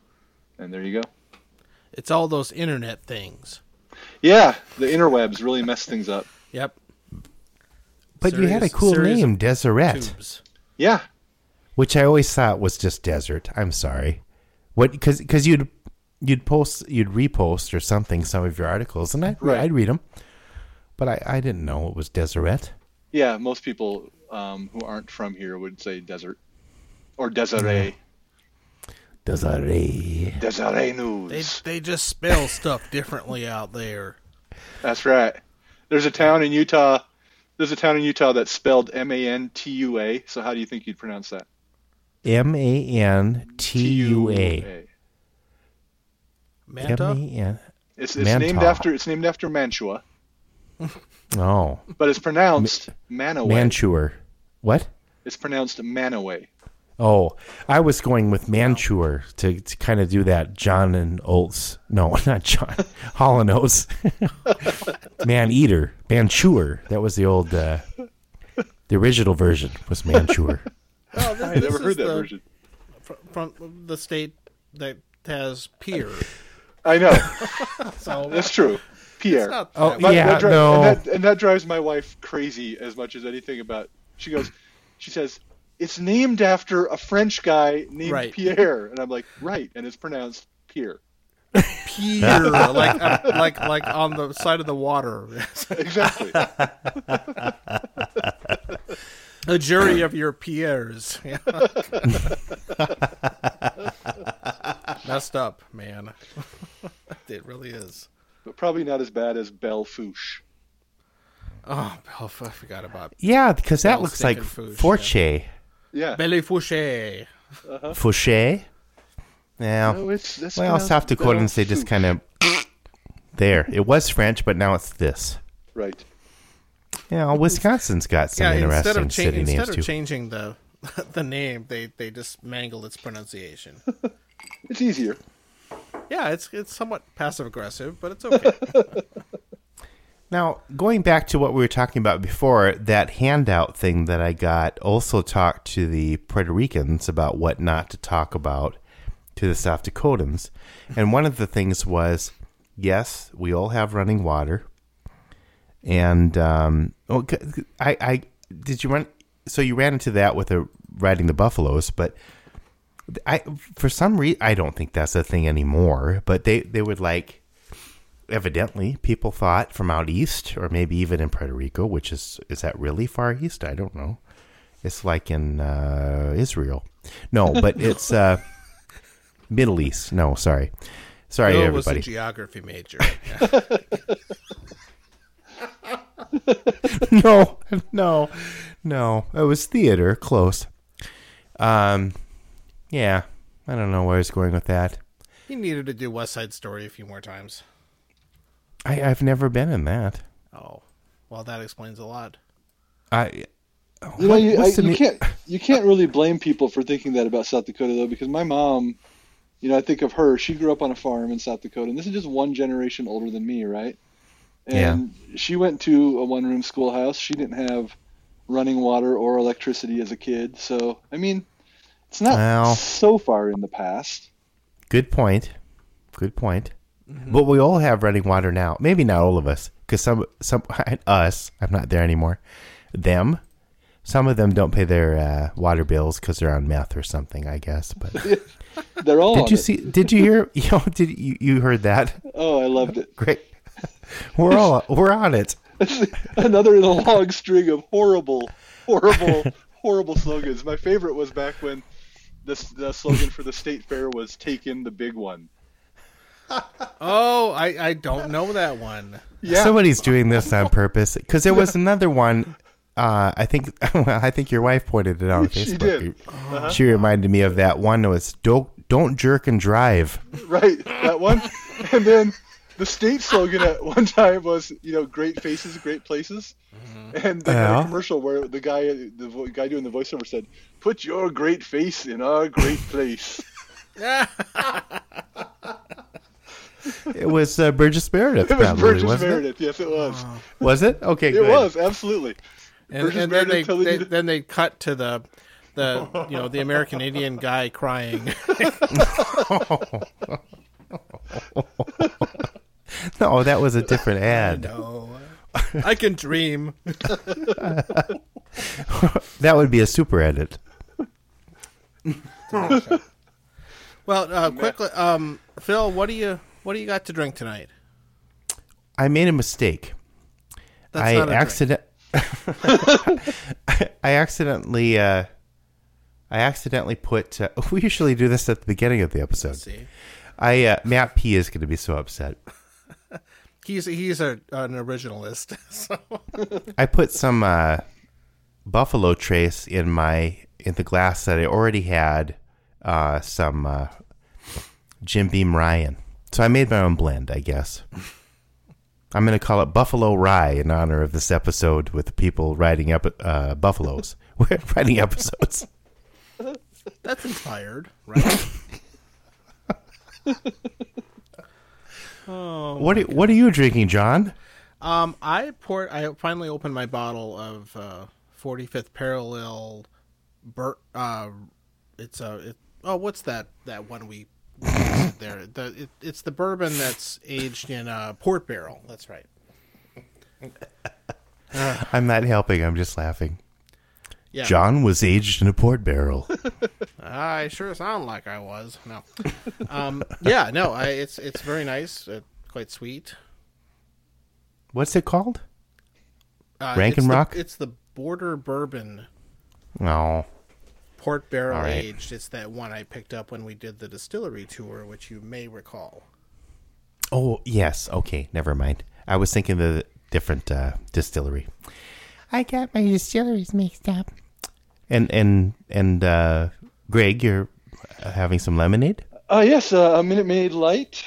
and there you go. It's all those internet things. Yeah, the interwebs really mess things up. Yep. but you had a series- cool series name, of Deseret, Tubes. Yeah, which I always thought was just desert. I'm sorry. What? Because because you'd you'd post you'd repost or something some of your articles, and I Right. I'd read them, but I I didn't know it was Deseret. yeah. Most people um, who aren't from here would say desert or Desiree. Desiree. Desiree They News. they just spell stuff differently out there. That's right. There's a town in Utah. There's a town in Utah that's spelled M A N T U A. So how do you think you'd pronounce that? M A N T U A. M Manta. A N. It's, it's Mantau. named after it's named after Mantua, Oh, but it's pronounced Manaway. Manchuer. What? it's pronounced Manaway. Oh, I was going with Manchuer to, to kind of do that John and Oates. No, not John. Hall and Oates. Man Eater. Manchuer. That was the old, uh, the original version was Manchuer. Oh, this, I this never is heard that the- version. fr- From the state that has Pierre. I know. So That's true. Pierre. not Oh, that- yeah, that dri- no. and, that, and that drives my wife crazy as much as anything about. She goes, she says, "It's named after a French guy named Right. Pierre," and I'm like, "Right," and it's pronounced Pierre. Pier, like uh, like like on the side of the water. Exactly. a jury of your peers. Messed up, man. it really is. but probably not as bad as Belfouche. Oh, I forgot about Yeah, because that Well, looks like stinking foosh, Forche. Yeah. Belle Fouché. Fouché? Yeah. No, it's- that's well, pronounced South Dakotans, they just Belfouche. kind of. there. It was French, but now it's this. Right. Yeah, Wisconsin's got some Yeah, instead interesting of, cha- city instead names, of too. changing the the name, they they just mangled its pronunciation. It's easier. yeah, it's it's somewhat passive aggressive, but it's okay. Now, going back to what we were talking about before, that handout thing that I got also talked to the Puerto Ricans about what not to talk about to the South Dakotans. And one of the things was yes, we all have running water. And um, oh, g- g- I, I did you run? So you ran into that with a riding the buffaloes, but I for some reason I don't think that's a thing anymore. But they they would like evidently people thought from out east or maybe even in puerto rico which is is that really far east i don't know it's like in uh, israel no but it's uh, middle east no sorry sorry Bill Oh, was a everybody geography major. no no no it was theater close um yeah i don't know where i was going with that he needed to do West Side Story a few more times. I, i've never been in that Oh, well, that explains a lot. i You know, you, I, what's the you me- can't you can't really blame people for thinking that about South Dakota though, because my mom, you know, I think of her. She grew up on a farm in South Dakota, and this is just one generation older than me, right? And she went to a one-room schoolhouse. She didn't have running water or electricity as a kid, so I mean, it's not Well. so far in the past. Good point. Good point. But we all have running water now. Maybe not all of us, because some some us. I'm not there anymore. Them. Some of them don't pay their uh, water bills because they're on meth or something. I guess. But They're all. did on you it. see? Did you hear? You know, did you you heard that? Oh, I loved it. Great. We're all we're on it. another in a long string of horrible, horrible, horrible slogans. My favorite was back when the, the slogan for the state fair was "Take in the big one." Oh, I I don't know that one. Yeah, Somebody's doing this on purpose because there was another one. Uh, I think well, I think your wife pointed it out on She Facebook. Uh-huh. did. Uh-huh. She reminded me of that one. that was don't don't jerk and drive. right, that one. And then the state slogan at one time was, you know, "Great faces, great places." And they had Yeah. a commercial where the guy, the vo- guy doing the voiceover said, "Put your great face in our great place." It was uh, Burgess Meredith. It was probably, Burgess wasn't Meredith. Yes, it was. It? Was it? Okay, it good. was absolutely. and, Burgess and then they, Meredith telling they you to- then they cut to the the you know the American Indian guy crying. No, that was a different ad. no, Oh. I can dream. That would be a super edit. Well, uh, quickly, um, Phil, what do you what do you got to drink tonight? I made a mistake. That's I not a drink. accident. I accidentally. Uh, I accidentally put. Uh, we usually do this at the beginning of the episode. See, I uh, Matt P is going to be so upset. he's he's a, an originalist. So I put some uh, buffalo trace in my in the glass that I already had uh, some uh, Jim Beam Ryan. So I made my own blend, I guess. I'm going to call it Buffalo Rye in honor of this episode with the people riding up uh, buffaloes, riding episodes. that's inspired, right? What are, what are you drinking, John? um, I poured. I finally opened my bottle of uh, 45th Parallel. Bur- uh, it's a it, oh, what's that that one we we used there? The it, it's the bourbon that's aged in a port barrel. That's right. I'm not helping. I'm just laughing. Yeah. John was aged in a port barrel. I sure sound like I was. No. Um, yeah, no, I, it's it's very nice, uh, quite sweet. What's it called? Uh, Rankin it's the- Rock? it's the Border Bourbon Oh, Port Barrel All right. Aged. It's that one I picked up when we did the distillery tour, which you may recall. oh yes. Okay, never mind. I was thinking the different uh, distillery. I got my distilleries mixed up. And and and uh, Greg, you're uh, having some lemonade. Uh, yes, uh, a Minute Maid Light.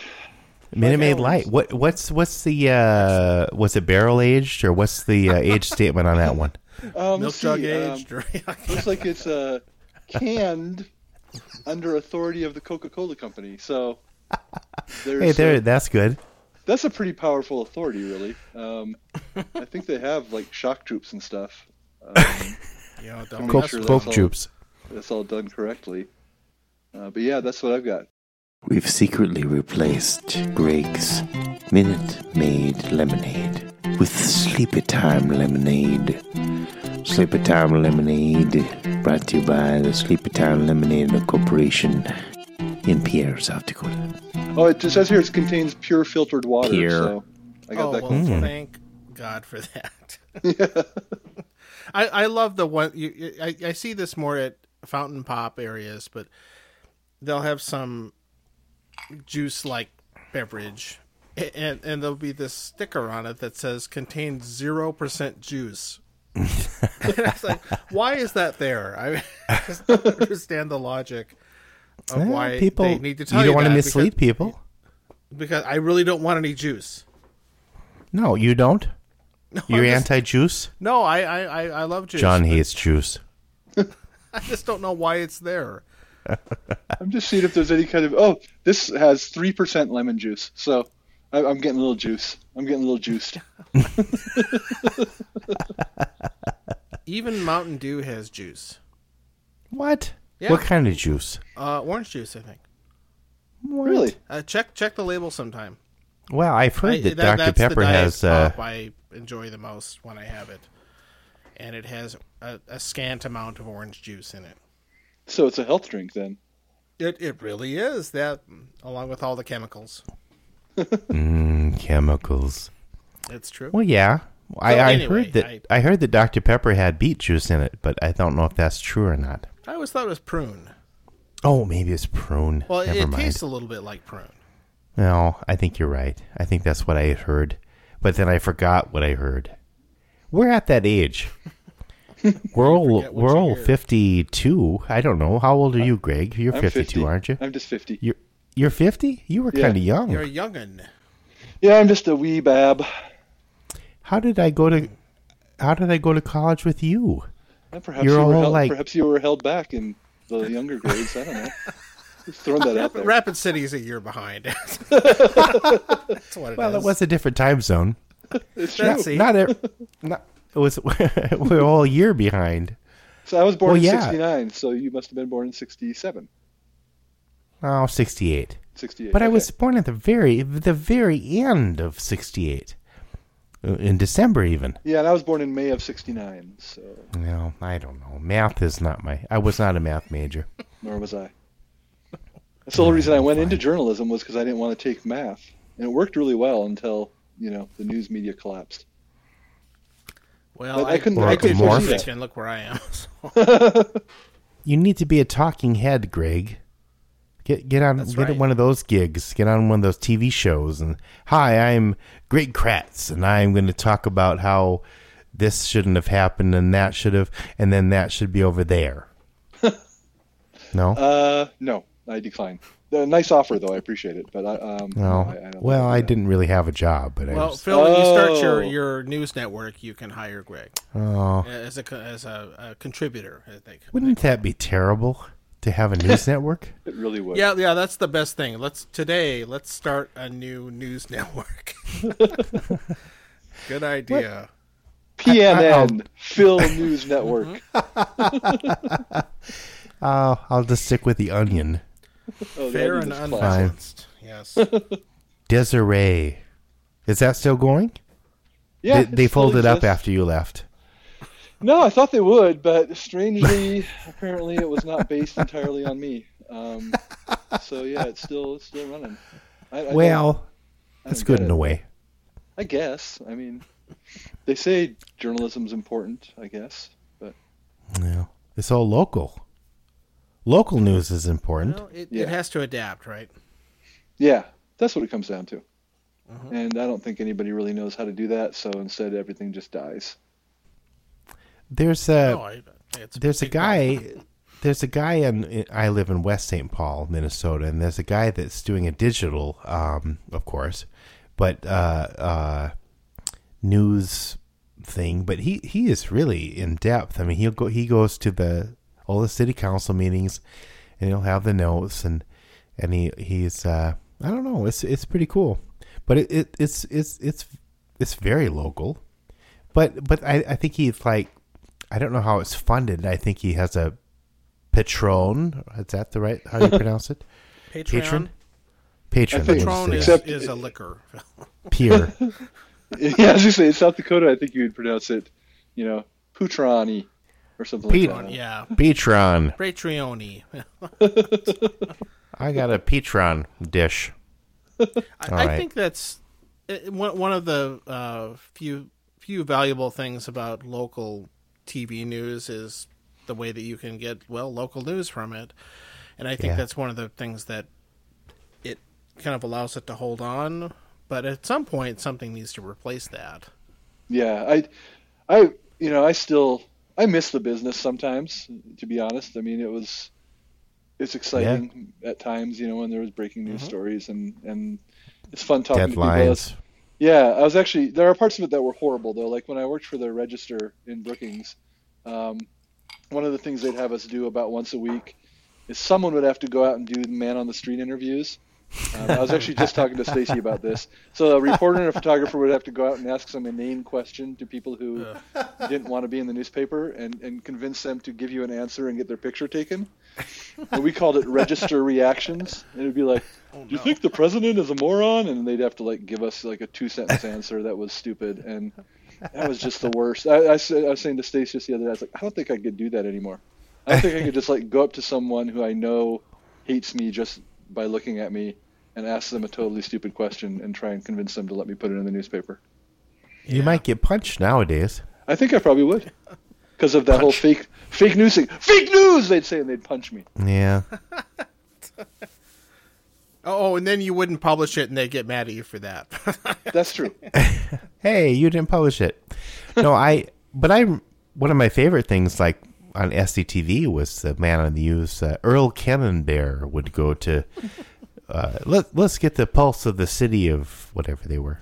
Minute Maid Light. What what's what's the uh, was it barrel aged or what's the uh, age statement on that one? Milk Um, let's jug see, um, aged. right? looks like it's uh, canned under authority of the Coca-Cola Company. So there's Hey, there. uh, That's good. that's a pretty powerful authority, really. Um, I think they have like shock troops and stuff. you know, don't Cool. mess sure with Coke, Coke that's all. troops. That's all done correctly. Uh, but yeah, that's what I've got. We've secretly replaced Greg's Minute Made Lemonade with Sleepy Time Lemonade. Sleepy Time Lemonade brought to you by the Sleepy Time Lemonade Corporation in Pierre, South Dakota. Oh, it just says here it contains pure filtered water. Pure. So I got oh, that. well, thank God for that. I I love the one you, you I I see this more at fountain pop areas, but they'll have some juice like beverage a- and and there'll be this sticker on it that says contains 0% juice. and I was like, why is that there? I just don't understand the logic of Eh, why people they need to tell you you don't want to that mislead people. because, because I really don't want any juice. No, you don't. You're I'm just- anti-juice. No, I I, I, I love juice. John hates juice. I just don't know why it's there. I'm just seeing if there's any kind of. Oh, this has three percent lemon juice. So I, I'm getting a little juice. I'm getting a little juiced. Even Mountain Dew has juice. What? Yeah. What kind of juice? Uh, orange juice, I think. What? Really? Uh, check check the label sometime. Well, I've heard I- that, that- Dr. that's the Pepper Diet has. Uh, Pop I enjoy the most when I have it, and it has a, a scant amount of orange juice in it. So it's a health drink then. It it really is that, along with all the chemicals. mm, chemicals. It's true. Well, yeah. I, So I anyway, heard that. I- I, heard that Dr. Pepper had beet juice in it, but I don't know if that's true or not. I always thought it was prune. Oh, maybe it's prune. Well, Never it mind. tastes a little bit like prune. No, I think you're right. I think that's what I had heard, but then I forgot what I heard. We're at that age. We're all forget what we're you all hear. fifty two. I don't know. How old are you, Greg? You're I'm fifty two, aren't you? I'm just 50. You're you're fifty? You were Yeah. kinda young. You're a youngin. Yeah, I'm just a wee bab. How did I go to how did I go to college with you? And Perhaps You're you were all held, like- perhaps you were held back in the younger grades. I don't know. Just throwing that out there. Rapid City is a year behind. That's what it Well, it is. was a different time zone. It's true. That's it. Not every, not it was we're all a year behind. So I was born Well, in yeah. 69, so you must have been born in 67, Oh, 68. 68. But I okay. was born at the very the very end of '68, Uh, in December even. Yeah, and I was born in May of 69, so No, I don't know. Math is not my. I was not a math major. nor was I. That's the whole reason I went into journalism was because I didn't want to take math, and it worked really well until you know the news media collapsed. Well, I couldn't- I couldn't did foresee physics that. and look where I am. so. You need to be a talking head, Greg. Get get on get right. one of those gigs. Get on one of those TV shows. And hi, I'm Greg Kratz, and I'm going to talk about how this shouldn't have happened, and that should have, and then that should be over there. no. Uh, no, I decline. A nice offer though, I appreciate it, but I um no. I, I don't think well, I'll do I that. didn't really have a job, but I Well, was, Phil, when you start your, Oh. your news network, you can hire Greg Uh, oh. as a co- as a, a contributor. I think. Wouldn't that be terrible to have a news network? It really would. Yeah, yeah, that's the best thing. Let's today let's start a new news network. Good idea. PNN, Phil News Network. Uh, I'll just stick with the Onion. Oh, Fair that and is classic. unlicensed. Yes. Desiree, is that still going? Yeah, they, they it still folded up exists. after you left. No, I thought they would, but strangely, apparently, it was not based entirely on me. Um, so yeah, it's still it's still running. I, I don't- Well, that's don't good get in it. a way. I guess. I mean, they say journalism's important. I guess, but Yeah. It's all local. Local news is important. Well, it, Yeah. it has to adapt, right? yeah, that's what it comes down to. Uh-huh. And I don't think anybody really knows how to do that. So instead, everything just dies. There's a No, I, it's there's a big guy there's a guy in I live in West St. Paul, Minnesota, and there's a guy that's doing a digital, um, of course, but uh, uh, news thing. But he he is really in depth. I mean, he'll go he goes to the all the city council meetings, and he'll have the notes and and he he's uh, I don't know. It's it's pretty cool, but it, it it's it's it's it's very local. But but I, I think he's like I don't know how it's funded. I think he has a patron. Is that the right how do you pronounce it? Patreon. Patron? Patron. I think- Patron is, Except- is a liquor. peer. yeah, as you say, in South Dakota, I think you would pronounce it, you know, Putrani or something like Putrani. that. yeah, Patron. Patreoni. I, I got a patron dish. I right. think that's uh, one one of the uh, few few valuable things about local TV news is the way that you can get well local news from it, and I think Yeah. that's one of the things that it kind of allows it to hold on. But at some point, something needs to replace that. Yeah, I, I, you know, I still I miss the business sometimes. To be honest, I mean, it was, it's exciting at times, you know, when there was breaking news stories and and it's fun talking to people. Deadlines. Yeah, I was actually there are parts of it that were horrible though. Like when I worked for the register in Brookings, um, one of the things they'd have us do about once a week is someone would have to go out and do the man on the street interviews. Um, I was actually just talking to Stacy about this. So a reporter and a photographer would have to go out and ask some inane question to people who didn't want to be in the newspaper and, and convince them to give you an answer and get their picture taken. And we called it register reactions. And it would be like, do you think the president is a moron? And they'd have to like give us like a two sentence answer that was stupid. And that was just the worst. I, I, said- I was saying to Stace just the other day, I was like, I don't think I could do that anymore. I don't think I could just like go up to someone who I know hates me just by looking at me and ask them a totally stupid question and try and convince them to let me put it in the newspaper. You might get punched nowadays. I think I probably would. Because of that whole fake fake news thing. Fake news they'd say and they'd punch me. Yeah. Oh, and then you wouldn't publish it, and they get mad at you for that. That's true. hey, you didn't publish it. No, I. But I. One of my favorite things, like on SCTV, was the man on the news. Uh, Earl Cannonbear would go to. Uh, let Let's get the pulse of the city of whatever they were.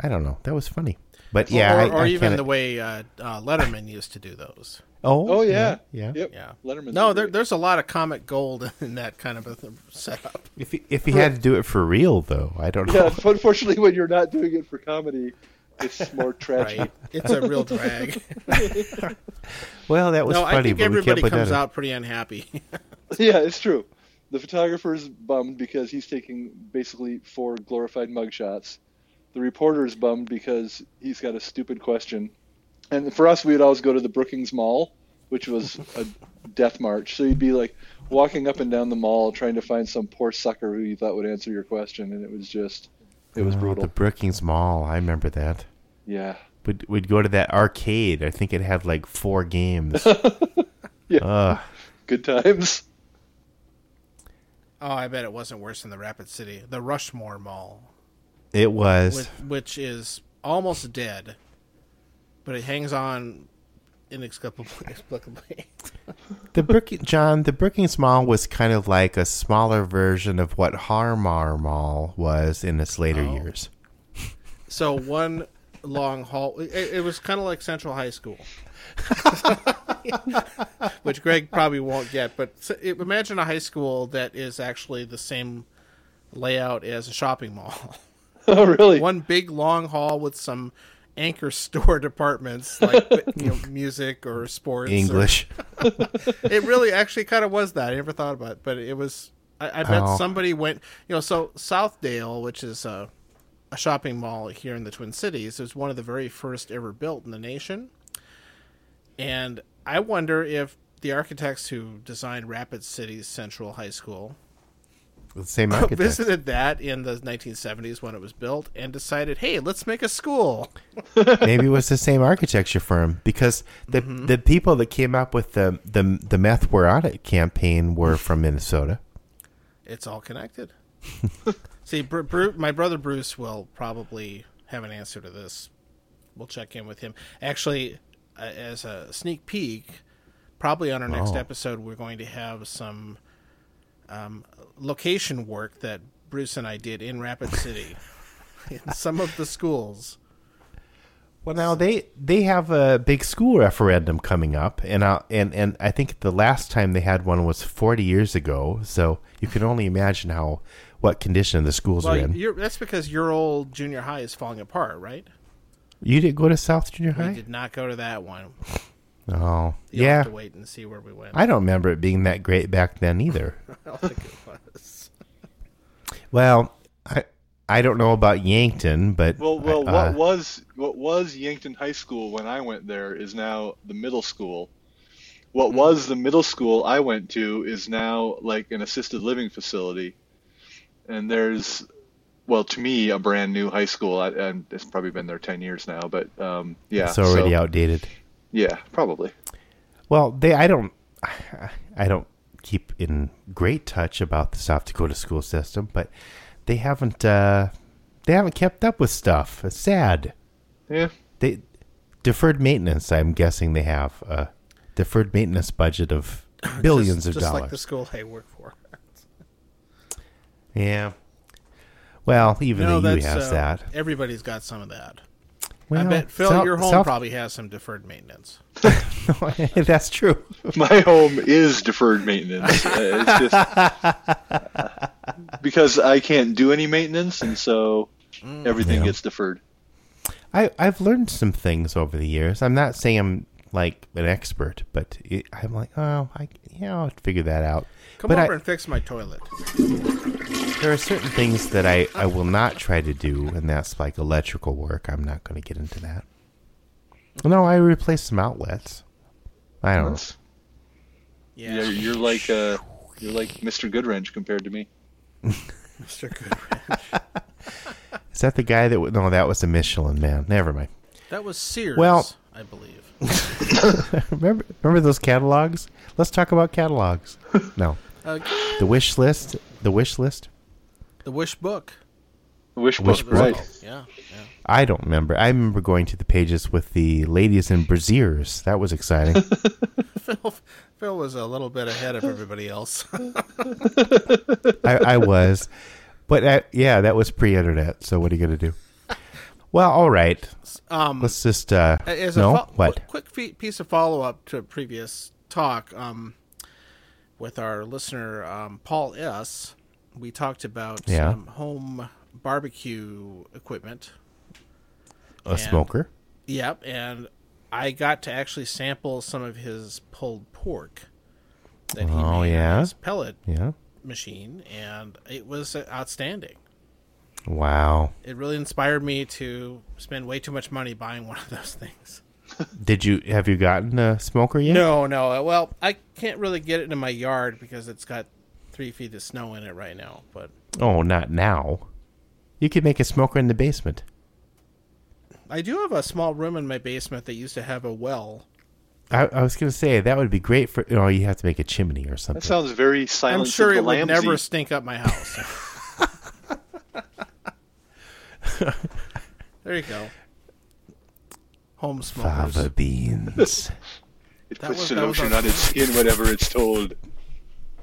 I don't know. That was funny. But yeah, or, I, or I even kinda- the way uh, uh, Letterman used to do those. Oh, Oh yeah. yeah. Yep. Yeah. Letterman's no, were there, great. there's a lot of comic gold in that kind of a th- setup. If he, if he had to do it for real, though, I don't know. Yeah, unfortunately when you're not doing it for comedy, it's more tragic. Right, it's a real drag. Well, that was no, funny, I think but we everybody can't put comes that. out pretty unhappy. Yeah, it's true. The photographer's bummed because he's taking basically four glorified mugshots. The reporter's bummed because he's got a stupid question. And for us, we would always go to the Brookings Mall, which was a death march. So you'd be like walking up and down the mall trying to find some poor sucker who you thought would answer your question, and it was just, it was Oh, brutal. The Brookings Mall. I remember that. Yeah. We'd, we'd go to that arcade. I think it had like four games. Yeah. Ugh. Good times. oh, I bet it wasn't worse than the Rapid City, the Rushmore Mall, It was. which, which is almost dead, but it hangs on inexplicably. inexplicably. the Brook- John, the Brookings Mall was kind of like a smaller version of what Harmar Mall was in its later years. So one long hall. It, it was kind of like Central High School, which Greg probably won't get. But s- it- imagine a high school that is actually the same layout as a shopping mall. oh, really? one big long hall with some anchor store departments like you know, music or sports. or- English. it really actually kind of was that. I never thought about it, but it was. I, I bet Oh. somebody went. You know, so Southdale, which is a, a shopping mall here in the Twin Cities, is one of the very first ever built in the nation. And I wonder if the architects who designed Rapid City Central High School The same architect. visited that in the 1970s when it was built and decided, hey, let's make a school. Maybe it was the same architecture firm because the the people that came up with the the the meth were on it campaign were from Minnesota. It's all connected. See, Bru- Bru- my brother Bruce will probably have an answer to this. We'll check in with him. Actually, uh, as a sneak peek, probably on our next Oh. episode, we're going to have some um, location work that Bruce and I did in Rapid City, in some of the schools. Well, now they they have a big school referendum coming up, and I and and I think the last time they had one was forty years ago. So you can only imagine how what condition the schools are Well, in. You, you're, that's because your old junior high is falling apart, right? didn't go to South Junior We High? did not go to that one. Oh, You'll yeah. have to wait and see where we went. I don't remember it being that great back then either. I don't think it was. well, I I don't know about Yankton, but Well, well, uh, what was what was Yankton High School when I went there is now the middle school. Hmm. What was the middle school I went to is now like an assisted living facility, and there's, well, to me, a brand new high school. I, and it's probably been there ten years now, but um, yeah, it's already so- outdated. Yeah, probably. Well, they I don't I don't keep in great touch about the South Dakota school system, but they haven't uh, they haven't kept up with stuff. It's sad. Yeah, They deferred maintenance. I'm guessing they have a deferred maintenance budget of billions just, of just dollars. like the school I work for. Yeah. Well, even the U has uh, that. Everybody's got some of that. Well, I bet Phil, South- your home South- probably has some deferred maintenance. that's true. my home is deferred maintenance. Uh, it's just because I can't do any maintenance, and so everything Mm. Yeah. gets deferred. I I've learned some things over the years. I'm not saying I'm like an expert, but it, I'm like, oh, I yeah, I'll figure that out. Come but over I, and fix my toilet. there are certain things that I I will not try to do, and that's like electrical work. I'm not going to get into that. No, I replaced some outlets. I don't. know. That's- Yeah, You're, you're like uh, you're like Mr. Goodwrench compared to me. Mr. Goodwrench. Is that the guy that? w- No, that was a Michelin man. Never mind. That was Sears, Well- I believe. Remember, remember those catalogs? Let's talk about catalogs. No, Again, the wish list. The wish list. Uh, the Wish book. Wish book, Wish book. right? Yeah, yeah. I don't remember. I remember going to the pages with the ladies in brasiers. That was exciting. Phil, Phil was a little bit ahead of everybody else. I, I was, but I, yeah, that was pre-internet. So what are you gonna do? Well, all right. Um, Let's just uh, As no a fo- what? quick fe- piece of follow up to a previous talk um, with our listener um, Paul S, we talked about Yeah. um, home barbecue equipment. A smoker? Yep, and I got to actually sample some of his pulled pork that he Oh, made yeah? on his pellet Yeah. machine, and it was outstanding. Wow. It really inspired me to spend way too much money buying one of those things. Did you have you gotten a smoker yet? No, no. uh, Well, I can't really get it in my yard because it's got three feet of snow in it right now. But Oh, not now. You could make a smoker in the basement. I do have a small room in my basement that used to have a well. I, I was gonna say that would be great for. Oh, you have to make a chimney or something. That sounds very I'm silent. sure it of the would never Lambsy. stink up my house. there you go. Home smokers. Fava beans. It that puts was- it that over was your on- knotted skin whenever it's told.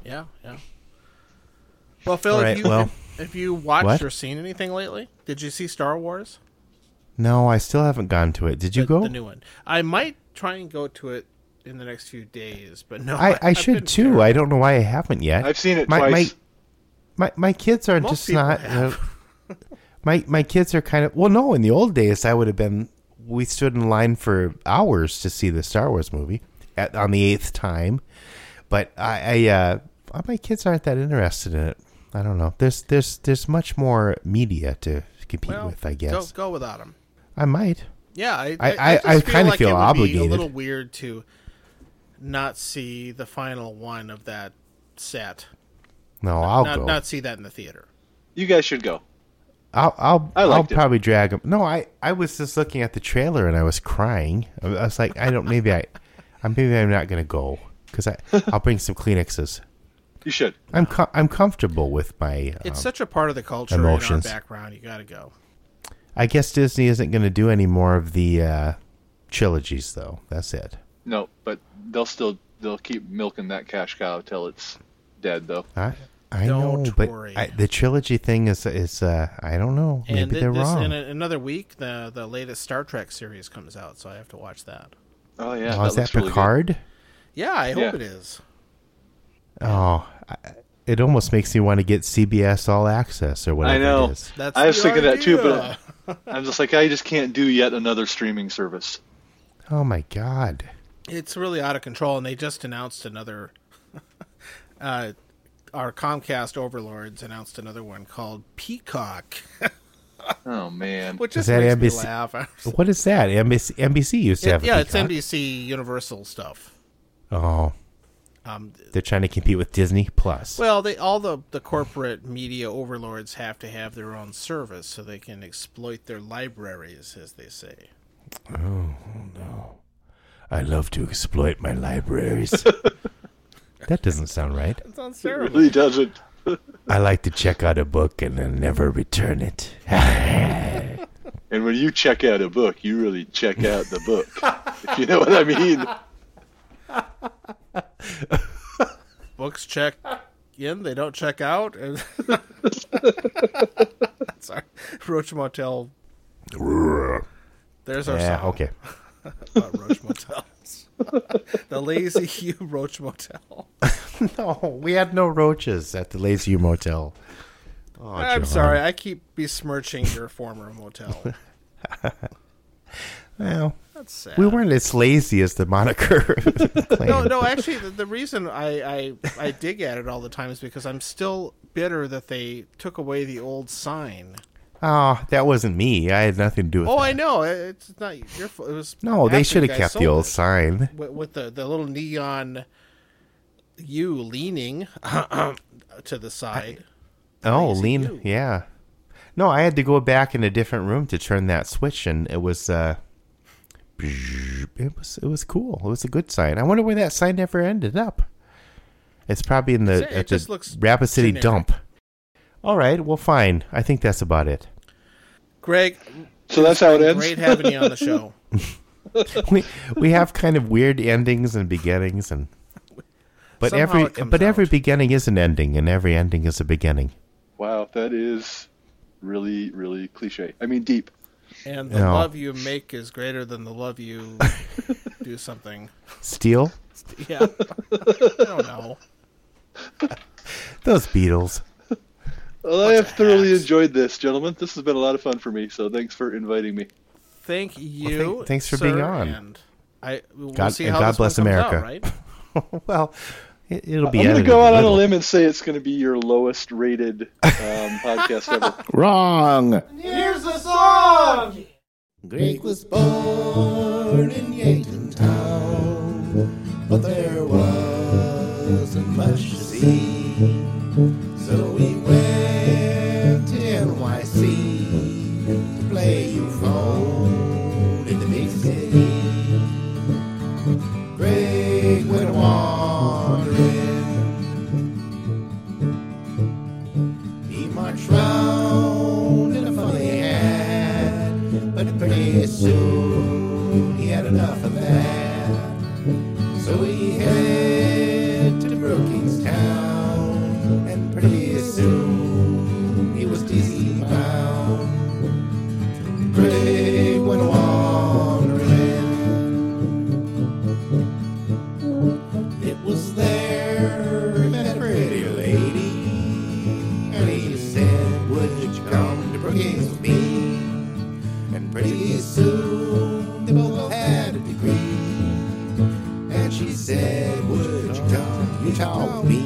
Yeah, yeah. Well, Phil, All right, if you well- if you watched What? or seen anything lately, did you see Star Wars? no, I still haven't gone to it. Did you the, go? the new one. I might try and go to it in the next few days, but no, I, I I've been should too. terrible. I don't know why I haven't yet. I've seen it my, twice. My, my my kids are Most just people not. have. uh, my my kids are kind of well. No, in the old days, I would have been. We stood in line for hours to see the Star Wars movie at, on the eighth time, but I, I uh, my kids aren't that interested in it. I don't know. There's there's there's much more media to compete Well, with. I guess go go without him. I might. Yeah, I I- I- just I kinda it feel would be obligated. a little weird to not see the final one of that set. No, I'll not go. not see that in the theater. You guys should go. I'll I'll, I I'll liked it. probably drag him. No, I, I was just looking at the trailer and I was crying. I was like, I don't. Maybe I, I'm maybe I'm not gonna go because I I'll bring some Kleenexes. You should. I'm com- I'm comfortable with my. Um, It's such a part of the culture and our emotions. background. You got to go. I guess Disney isn't gonna do any more of the uh, trilogies though. That's it. No, but they'll still they'll keep milking that cash cow till it's dead, though. I I Don't know, but worry. I, the trilogy thing is is uh, I don't know. Maybe And thi- they're this, wrong. in a, another week, the the latest Star Trek series comes out, so I have to watch that. Oh yeah, oh, is that looks really good. Picard? Yeah, I hope Yeah. it is. Oh, I, it almost makes me want to get CBS All Access or whatever I know. it is. That's I was the thinking that too, idea. but I'm just like I just can't do yet another streaming service. Oh my god. it's really out of control and they just announced another uh our Comcast overlords announced another one called Peacock, Oh man, which just Is that makes NBC? me laugh. I was- What is that? NBC, NBC used to have yeah, a it's peacock. NBC Universal stuff. Oh, Um, they're trying to compete with Disney Plus. well, they all the the corporate media overlords have to have their own service so they can exploit their libraries, as they say. I love to exploit my libraries. that doesn't sound right. That sounds it terrible. really doesn't. I like to check out a book and then never return it. And when you check out a book, you really check out the book. if you know what I mean. Books check in, they don't check out. And- Sorry, Roach Motel. There's our yeah, song. okay. about Roach Motels. the Lazy Hugh Roach Motel. No, we had no roaches at the Lazy U Motel. Oh, I'm John. sorry, I keep besmirching your former motel. Well, That's sad. we weren't as lazy as the moniker. no, no, actually, the, the reason I, I, I dig at it all the time is because I'm still bitter that they took away the old sign. Oh, that wasn't me. I had nothing to do with Oh, that. I know. It's not your fault. It was No, after they should you guys have kept the sold old it. sign. with, with the, the little neon you leaning to the side. Oh, Crazy lean. you. Yeah. No, I had to go back in a different room to turn that switch, and it was uh, it was it was cool. It was a good sign. I wonder where that sign never ended up. It's probably in the It at just the looks Rapid City generic. dump. All right. Well, fine. I think that's about it. Greg, So that's how it ends. great having you on the show. we we have kind of weird endings and beginnings and but Somehow every it comes but every out. beginning is an ending and every ending is a beginning. Wow, that is really, really cliche. I mean, deep. And the No. love you make is greater than the love you do something. Steel Yeah. I don't know. those Beatles. Well, I have thoroughly enjoyed this, gentlemen. This has been a lot of fun for me, so thanks for inviting me. Thank you. thank- thanks for sir, being on. And I we'll God- see and how God this one bless comes out, America. right? well, it, it'll be. I'm going to edited go out on a little. limb and say it's going to be your lowest rated um, podcast ever. Wrong. Greg was born in Yanktontown, but there wasn't much to see. So we went to NYC to play UFO in the big city. Greg went wandering. He marched round in a funny hat, but pretty soon he had enough of that. So he headed to Brookings town, and pretty soon he was dizzy bound. Greg went wandering. It was there he met a pretty lady. And he said, Would you come to Brookings with me? And pretty soon they both had a degree. And she said, Would you come to Utah with me?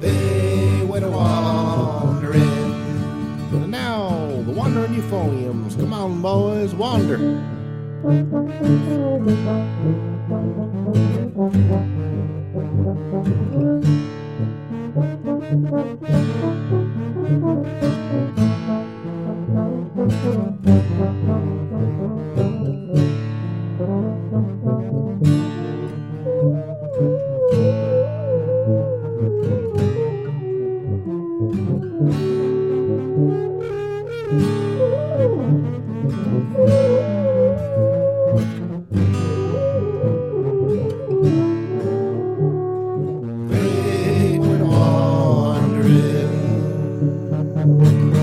They went a wandering. And now the wandering euphoniums come on boys wander. Great went wandering.